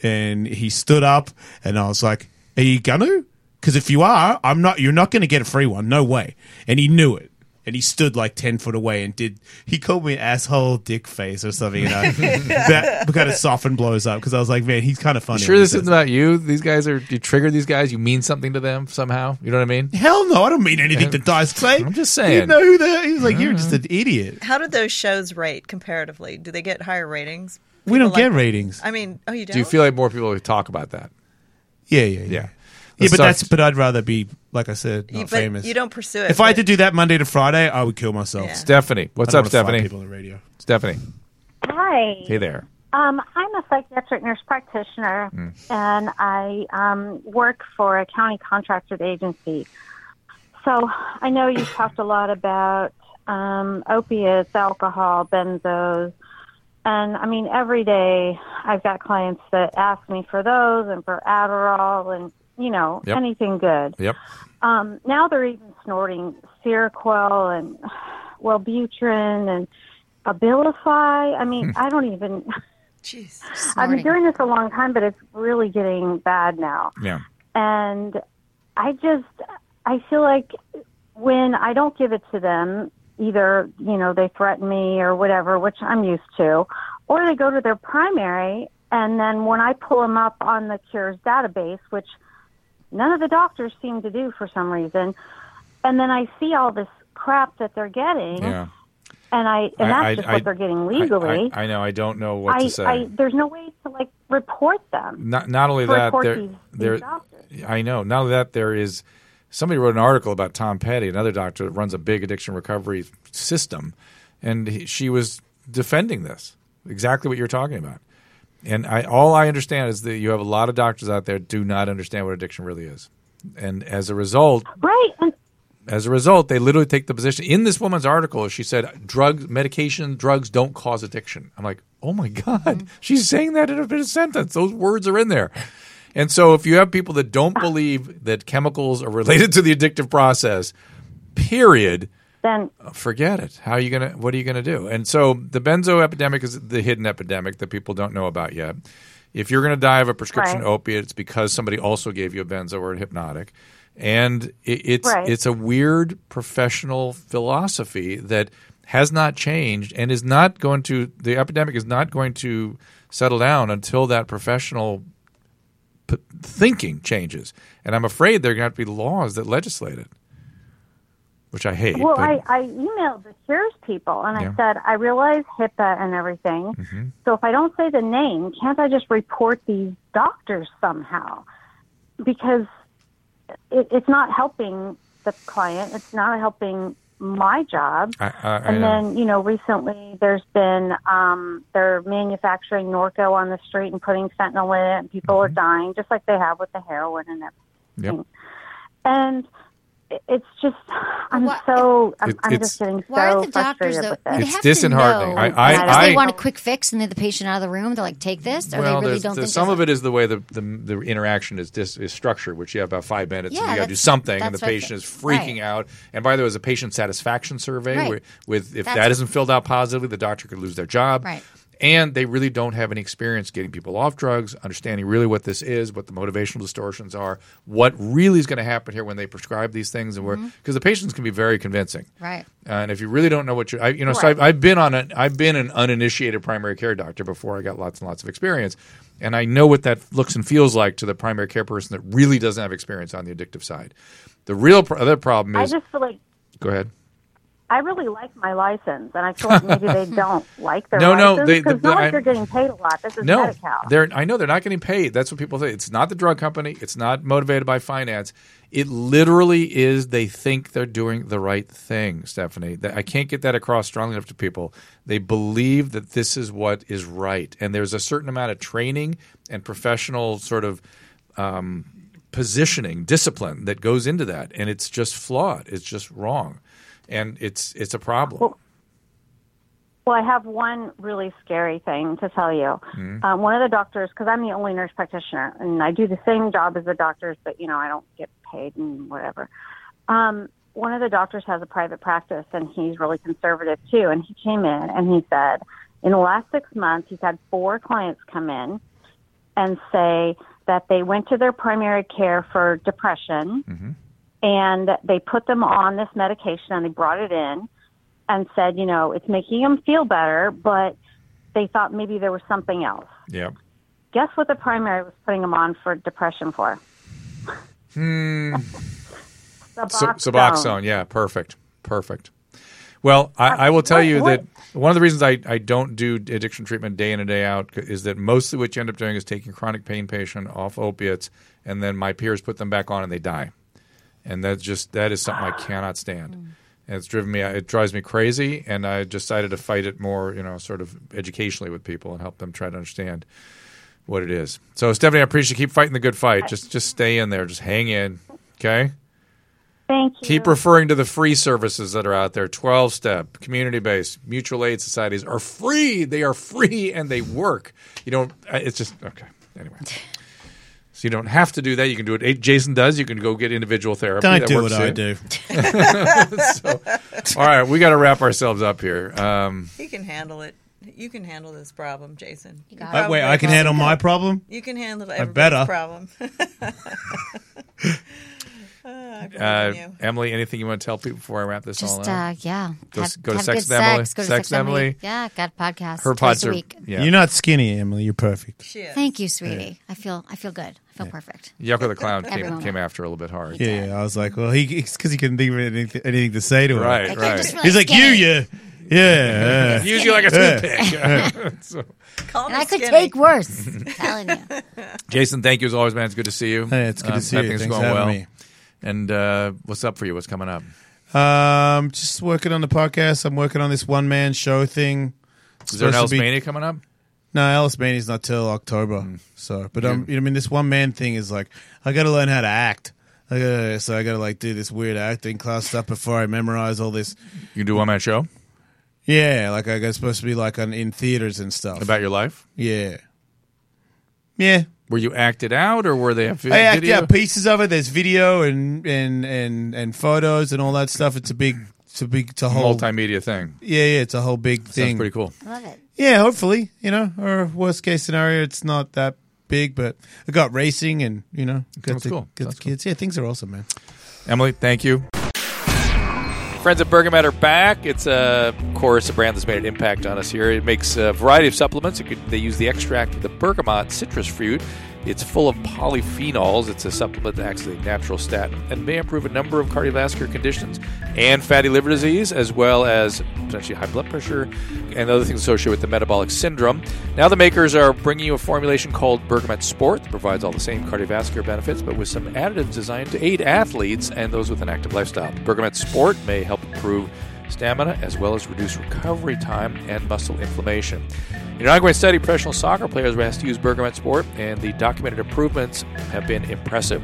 [SPEAKER 4] And he stood up, and I was like, "Are you gonna? Because if you are, I'm not. You're not gonna get a free one. No way." And he knew it. And he stood like ten foot away and did. He called me an asshole, dick face, or something. You know, that kind of softened blows up because I was like, "Man, he's kind of funny."
[SPEAKER 1] You sure
[SPEAKER 4] when he
[SPEAKER 1] this
[SPEAKER 4] says
[SPEAKER 1] isn't about you? These guys are you trigger these guys, you mean something to them somehow. You know what I mean?
[SPEAKER 4] that. Hell no, I don't mean anything to Dice Clay. I'm
[SPEAKER 1] just
[SPEAKER 4] You
[SPEAKER 1] saying.
[SPEAKER 4] know who the? He was like, "You're just an idiot."
[SPEAKER 6] How did those shows rate comparatively? Do they get higher ratings?
[SPEAKER 4] We don't
[SPEAKER 6] People
[SPEAKER 4] get
[SPEAKER 6] like-
[SPEAKER 4] ratings.
[SPEAKER 6] I mean, oh, you don't.
[SPEAKER 1] Do you feel like more people would talk about that?
[SPEAKER 4] Yeah, yeah, yeah.
[SPEAKER 1] Yeah.
[SPEAKER 4] Yeah,
[SPEAKER 1] Let's
[SPEAKER 4] but
[SPEAKER 1] talk-
[SPEAKER 4] that's. But I'd rather be like I said, not
[SPEAKER 6] You- but
[SPEAKER 4] famous.
[SPEAKER 6] you don't pursue it,
[SPEAKER 4] If I had
[SPEAKER 6] but-
[SPEAKER 4] to do that Monday to Friday, I would kill myself.
[SPEAKER 6] Yeah.
[SPEAKER 1] Stephanie. What's
[SPEAKER 4] I
[SPEAKER 1] up,
[SPEAKER 4] don't wanna
[SPEAKER 1] Stephanie?
[SPEAKER 4] fight People on the radio.
[SPEAKER 1] Stephanie.
[SPEAKER 8] Hi.
[SPEAKER 1] Hey there.
[SPEAKER 8] Um, I'm a psychiatric nurse practitioner, and I um, work for a county contracted agency. So I know you've talked a lot about um, opiates, alcohol, benzos, and I mean every day I've got clients that ask me for those and for Adderall and you know
[SPEAKER 1] Yep.
[SPEAKER 8] anything good.
[SPEAKER 1] Yep.
[SPEAKER 8] Um, now they're even snorting Seroquel and Wellbutrin and Abilify. I mean, I don't even.
[SPEAKER 6] Jeez.
[SPEAKER 8] I've
[SPEAKER 6] Snorting.
[SPEAKER 8] been doing this a long time, but it's really getting bad now.
[SPEAKER 1] Yeah.
[SPEAKER 8] And I just, I feel like when I don't give it to them, either, you know, they threaten me or whatever, which I'm used to, or they go to their primary. And then when I pull them up on the cures database, which none of the doctors seem to do for some reason, and then I see all this crap that they're getting,
[SPEAKER 1] Yeah.
[SPEAKER 8] and I, and that's just what they're getting legally.
[SPEAKER 1] I, I know. I don't know what
[SPEAKER 8] I,
[SPEAKER 1] to say.
[SPEAKER 8] I, there's no way to like report them.
[SPEAKER 1] not not only
[SPEAKER 8] for
[SPEAKER 1] that,
[SPEAKER 8] Porky's
[SPEAKER 1] there,
[SPEAKER 8] being
[SPEAKER 1] there
[SPEAKER 8] adopted.
[SPEAKER 1] I know. Not only that, there is somebody wrote an article about Tom Petty, another doctor that runs a big addiction recovery system, and he, she was defending this exactly what you're talking about. And I all I understand is that you have a lot of doctors out there do not understand what addiction really is, and as a result,
[SPEAKER 8] right? And
[SPEAKER 1] as a result, they literally take the position in this woman's article. She said, "Drugs, medication, drugs don't cause addiction." I'm like, "Oh my god!"
[SPEAKER 8] Mm-hmm.
[SPEAKER 1] She's saying that in a bit of sentence. Those words are in there. And so, if you have people that don't believe that chemicals are related to the addictive process, period, uh,
[SPEAKER 8] then
[SPEAKER 1] forget it. How are you gonna? What are you gonna do? And so, the benzo epidemic is the hidden epidemic that people don't know about yet. If you're gonna die of a prescription
[SPEAKER 8] Right.
[SPEAKER 1] opiate, it's because somebody also gave you a benzo or a hypnotic. and it, it's
[SPEAKER 10] Right.
[SPEAKER 1] it's a weird professional philosophy that has not changed and is not going to the epidemic is not going to settle down until that professional p- thinking changes and i'm afraid there are going to be laws that legislate it which i hate
[SPEAKER 8] Well,
[SPEAKER 1] but-
[SPEAKER 8] I, I emailed the cures people and
[SPEAKER 1] Yeah. Mm-hmm.
[SPEAKER 8] I said, I realize HIPAA and everything. So if I don't say the name, can't I just report these doctors somehow? Because it, it's not helping the client, it's not helping my job.
[SPEAKER 1] I, I, I
[SPEAKER 8] and
[SPEAKER 1] know.
[SPEAKER 8] then, you know, recently there's been, um, they're manufacturing Norco on the street and putting fentanyl in it, and people are dying, just like they have with the heroin and everything.
[SPEAKER 1] Mm-hmm. Yep.
[SPEAKER 8] And it- it's just, I'm so, I'm,
[SPEAKER 1] It-
[SPEAKER 8] I'm
[SPEAKER 1] it's-
[SPEAKER 8] just getting so
[SPEAKER 3] Why are the doctors
[SPEAKER 8] frustrated
[SPEAKER 3] though?
[SPEAKER 8] with
[SPEAKER 3] they
[SPEAKER 8] this.
[SPEAKER 1] It's
[SPEAKER 3] have to
[SPEAKER 1] disheartening.
[SPEAKER 3] know.
[SPEAKER 1] I- I-
[SPEAKER 3] Because
[SPEAKER 1] I-
[SPEAKER 3] they want a quick fix and they're the patient out of the room. They're like, take this, or
[SPEAKER 1] well,
[SPEAKER 3] they really
[SPEAKER 1] there's,
[SPEAKER 3] don't
[SPEAKER 1] there's
[SPEAKER 3] think.
[SPEAKER 1] some of it is the way the, the, the interaction is dis, is structured, which you have about five minutes,
[SPEAKER 3] Yeah,
[SPEAKER 1] and you got to
[SPEAKER 3] that's-
[SPEAKER 1] do something, and
[SPEAKER 3] that's
[SPEAKER 1] the
[SPEAKER 3] what I
[SPEAKER 1] patient is
[SPEAKER 3] think.
[SPEAKER 1] freaking
[SPEAKER 3] Right.
[SPEAKER 1] out. And by the way, there's a patient satisfaction survey
[SPEAKER 3] Right.
[SPEAKER 1] where, with if
[SPEAKER 3] That's-
[SPEAKER 1] that isn't filled out positively, the doctor could lose their job.
[SPEAKER 3] Right.
[SPEAKER 1] And they really don't have any experience getting people off drugs, understanding really what this is, what the motivational distortions are, what really is going to happen here when they prescribe these things, and where
[SPEAKER 3] Mhm.
[SPEAKER 1] because the patients can be very convincing.
[SPEAKER 3] Right.
[SPEAKER 1] Uh, and if you really don't know what you're, I, you know, so
[SPEAKER 3] Right.
[SPEAKER 1] I've, I've been on a, I've been an uninitiated primary care doctor before. I got lots and lots of experience, and I know what that looks and feels like to the primary care person that really doesn't have experience on the addictive side. The real pro- other problem
[SPEAKER 8] I
[SPEAKER 1] is,
[SPEAKER 8] just feel like,
[SPEAKER 1] go ahead.
[SPEAKER 8] I really like my license, and I feel like maybe they don't like their
[SPEAKER 1] No, no,
[SPEAKER 8] license.
[SPEAKER 1] they- the-
[SPEAKER 8] because not
[SPEAKER 1] I-
[SPEAKER 8] like they're getting paid a lot. This is
[SPEAKER 1] no,
[SPEAKER 8] Medi-Cal.
[SPEAKER 1] they're. I know they're not getting paid. That's what people say. It's not the drug company. It's not motivated by finance. It literally is. They think they're doing the right thing, Stephanie. That I can't get that across strongly enough to people. They believe that this is what is right, and there's a certain amount of training and professional sort of. Um, positioning discipline that goes into that and it's just flawed it's just wrong and it's it's a problem
[SPEAKER 8] Well, I have one really scary thing to tell you.
[SPEAKER 1] Mhm.
[SPEAKER 8] Um, one of the doctors, because I'm the only nurse practitioner, and I do the same job as the doctors, but you know I don't get paid and whatever. Um, one of the doctors has a private practice, and he's really conservative too. And he came in and he said, in the last six months, he's had four clients come in and say that they went to their primary care for depression and they put them on this medication and they brought it in and said, you know, it's making them feel better, but they thought maybe there was something else.
[SPEAKER 1] yeah
[SPEAKER 8] Guess what the primary was putting them on for depression for?
[SPEAKER 1] hmm. Su-
[SPEAKER 8] Suboxone.
[SPEAKER 1] Suboxone, yeah, perfect, perfect. Well, I, I will tell you that one of the reasons I, I don't do addiction treatment day in and day out is that mostly what you end up doing is taking chronic pain patient off opiates, and then my peers put them back on and they die, and that's just that is something I cannot stand, and it's driven me uh, it drives me crazy, and I decided to fight it more, you know, sort of educationally with people and help them try to understand what it is. So Stephanie, I appreciate you keep fighting the good fight. Just just stay in there, just hang in, okay?
[SPEAKER 8] Thank you.
[SPEAKER 1] Keep referring to the free services that are out there 12 step, community based, mutual aid societies are free. They are free and they work. You don't, uh, it's just, okay. Anyway. So you don't have to do that. You can do it. eh, Jason does. You can go get individual therapy.
[SPEAKER 4] Don't
[SPEAKER 1] That
[SPEAKER 4] do
[SPEAKER 1] works
[SPEAKER 4] what I
[SPEAKER 1] too.
[SPEAKER 4] do.
[SPEAKER 1] So, all right, we got to wrap ourselves up here. Um,
[SPEAKER 6] He can handle it. You can handle this problem, Jason. You
[SPEAKER 4] Uh,
[SPEAKER 6] probably
[SPEAKER 4] wait, I can
[SPEAKER 6] will.
[SPEAKER 4] handle my problem?
[SPEAKER 6] You can handle
[SPEAKER 4] I
[SPEAKER 6] everybody's
[SPEAKER 4] better.
[SPEAKER 6] problem. uh, I believe
[SPEAKER 1] uh,
[SPEAKER 6] in you.
[SPEAKER 1] Emily, anything you want to tell people before I wrap this all
[SPEAKER 3] Just
[SPEAKER 1] up?
[SPEAKER 3] uh, yeah,
[SPEAKER 1] Go,
[SPEAKER 3] have,
[SPEAKER 1] go to
[SPEAKER 3] have
[SPEAKER 1] Sex
[SPEAKER 3] good
[SPEAKER 1] and Emily.
[SPEAKER 3] sex. Go to
[SPEAKER 1] Sex and Emily.
[SPEAKER 3] Yeah, got a podcast.
[SPEAKER 1] Her
[SPEAKER 3] twice
[SPEAKER 1] pods
[SPEAKER 3] a
[SPEAKER 1] are-
[SPEAKER 3] week.
[SPEAKER 1] yeah.
[SPEAKER 4] You're not skinny, Emily. You're perfect.
[SPEAKER 3] Thank you, sweetie. I feel I feel good. I feel perfect.
[SPEAKER 1] Yucko the Clown came,
[SPEAKER 3] Everyone.
[SPEAKER 1] came after a little bit hard.
[SPEAKER 4] Yeah, yeah. I was like, well, he because he couldn't think of anything, anything to say to him.
[SPEAKER 1] Right, Like, you're right. just really
[SPEAKER 4] He's like, you, yeah, yeah.
[SPEAKER 1] Use you like a
[SPEAKER 4] yeah,
[SPEAKER 1] toothpick.
[SPEAKER 4] yeah.
[SPEAKER 1] So-
[SPEAKER 3] and I could take worse. I'm telling you.
[SPEAKER 1] Jason, thank you as always, man. It's good to see you. Um,
[SPEAKER 4] Hey, it's good to see you.
[SPEAKER 1] everything's
[SPEAKER 4] Thanks
[SPEAKER 1] going
[SPEAKER 4] for
[SPEAKER 1] well.
[SPEAKER 4] having me.
[SPEAKER 1] And uh, what's up for you? What's coming up?
[SPEAKER 4] Um, just working on the podcast. I'm working on this one man show thing.
[SPEAKER 1] Is there an
[SPEAKER 4] Supposed to
[SPEAKER 1] Ellis
[SPEAKER 4] be-
[SPEAKER 1] Mania coming up?
[SPEAKER 4] No, Alice Mania's not till October. So, but um,
[SPEAKER 1] Hmm. Yeah.
[SPEAKER 4] you know, I mean, this one man thing is like, I got to learn how to act. I gotta, so I got to like do this weird acting class stuff before I memorize all this.
[SPEAKER 1] You can do one man show
[SPEAKER 4] Yeah, like I got supposed to be like on in theaters and stuff
[SPEAKER 1] about your life.
[SPEAKER 4] Yeah, yeah.
[SPEAKER 1] Were you acted out, or were they? a vi-
[SPEAKER 4] I act
[SPEAKER 1] video?
[SPEAKER 4] out pieces of it. There's video and and and and photos and all that stuff. It's a big, it's a big, it's a whole
[SPEAKER 1] multimedia thing.
[SPEAKER 4] Yeah, yeah, it's a whole big
[SPEAKER 1] Sounds
[SPEAKER 4] thing.
[SPEAKER 1] pretty cool.
[SPEAKER 3] I love it.
[SPEAKER 4] Yeah, hopefully, you know, or worst case scenario, it's not that big, but I got racing and you know, got
[SPEAKER 12] Sounds
[SPEAKER 4] the,
[SPEAKER 12] cool.
[SPEAKER 4] got the kids. Yeah, things are awesome, man.
[SPEAKER 12] Emily, thank you.
[SPEAKER 1] Friends at Bergamet are back. It's, uh, of course, a brand that's made an impact on us here. It makes a variety of supplements. It could, they use the extract of the bergamot citrus fruit. It's full of polyphenols. It's a supplement that acts as a natural statin and may improve a number of cardiovascular conditions and fatty liver disease, as well as potentially high blood pressure and other things associated with the metabolic syndrome. Now, the makers are bringing you a formulation called Bergamet Sport that provides all the same cardiovascular benefits, but with some additives designed to aid athletes and those with an active lifestyle. Bergamet Sport may help improve stamina as well as reduce recovery time and muscle inflammation. In an ongoing study, professional soccer players were asked to use Bergamet Sport, and the documented improvements have been impressive.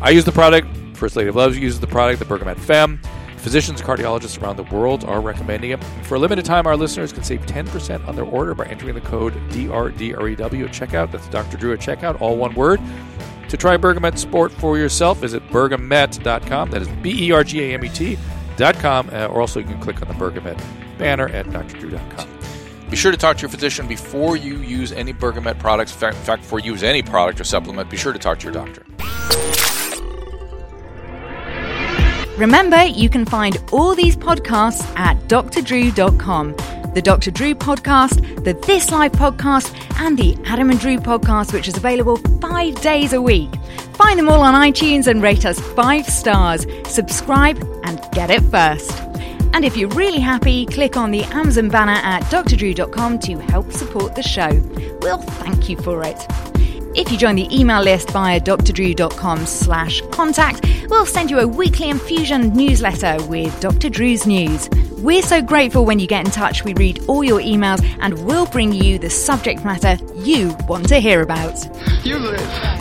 [SPEAKER 1] I use the product. First Lady of Love uses the product, the Bergamet Femme. Physicians and cardiologists around the world are recommending it. For a limited time, our listeners can save 10% on their order by entering the code DRDREW at checkout. That's Dr. Drew at checkout, all one word. To try Bergamet Sport for yourself, visit bergamet.com. That is B E R G A M E T.com. Uh, Or also, you can click on the Bergamet banner at drdrew.com. Be sure to talk to your physician before you use any Bergamet products. In fact, in fact, before you use any product or supplement, be sure to talk to your doctor.
[SPEAKER 10] Remember, you can find all these podcasts at drdrew.com. The Dr. Drew podcast, the This Life podcast, and the Adam and Drew podcast, which is available five days a week. Find them all on iTunes and rate us five stars. Subscribe and get it first. And if you're really happy, click on the Amazon banner at drdrew.com to help support the show. We'll thank you for it. If you join the email list via drdrew.com slash contact, we'll send you a weekly infusion newsletter with Dr. Drew's news. We're so grateful when you get in touch. We read all your emails and we'll bring you the subject matter you want to hear about.
[SPEAKER 3] You live.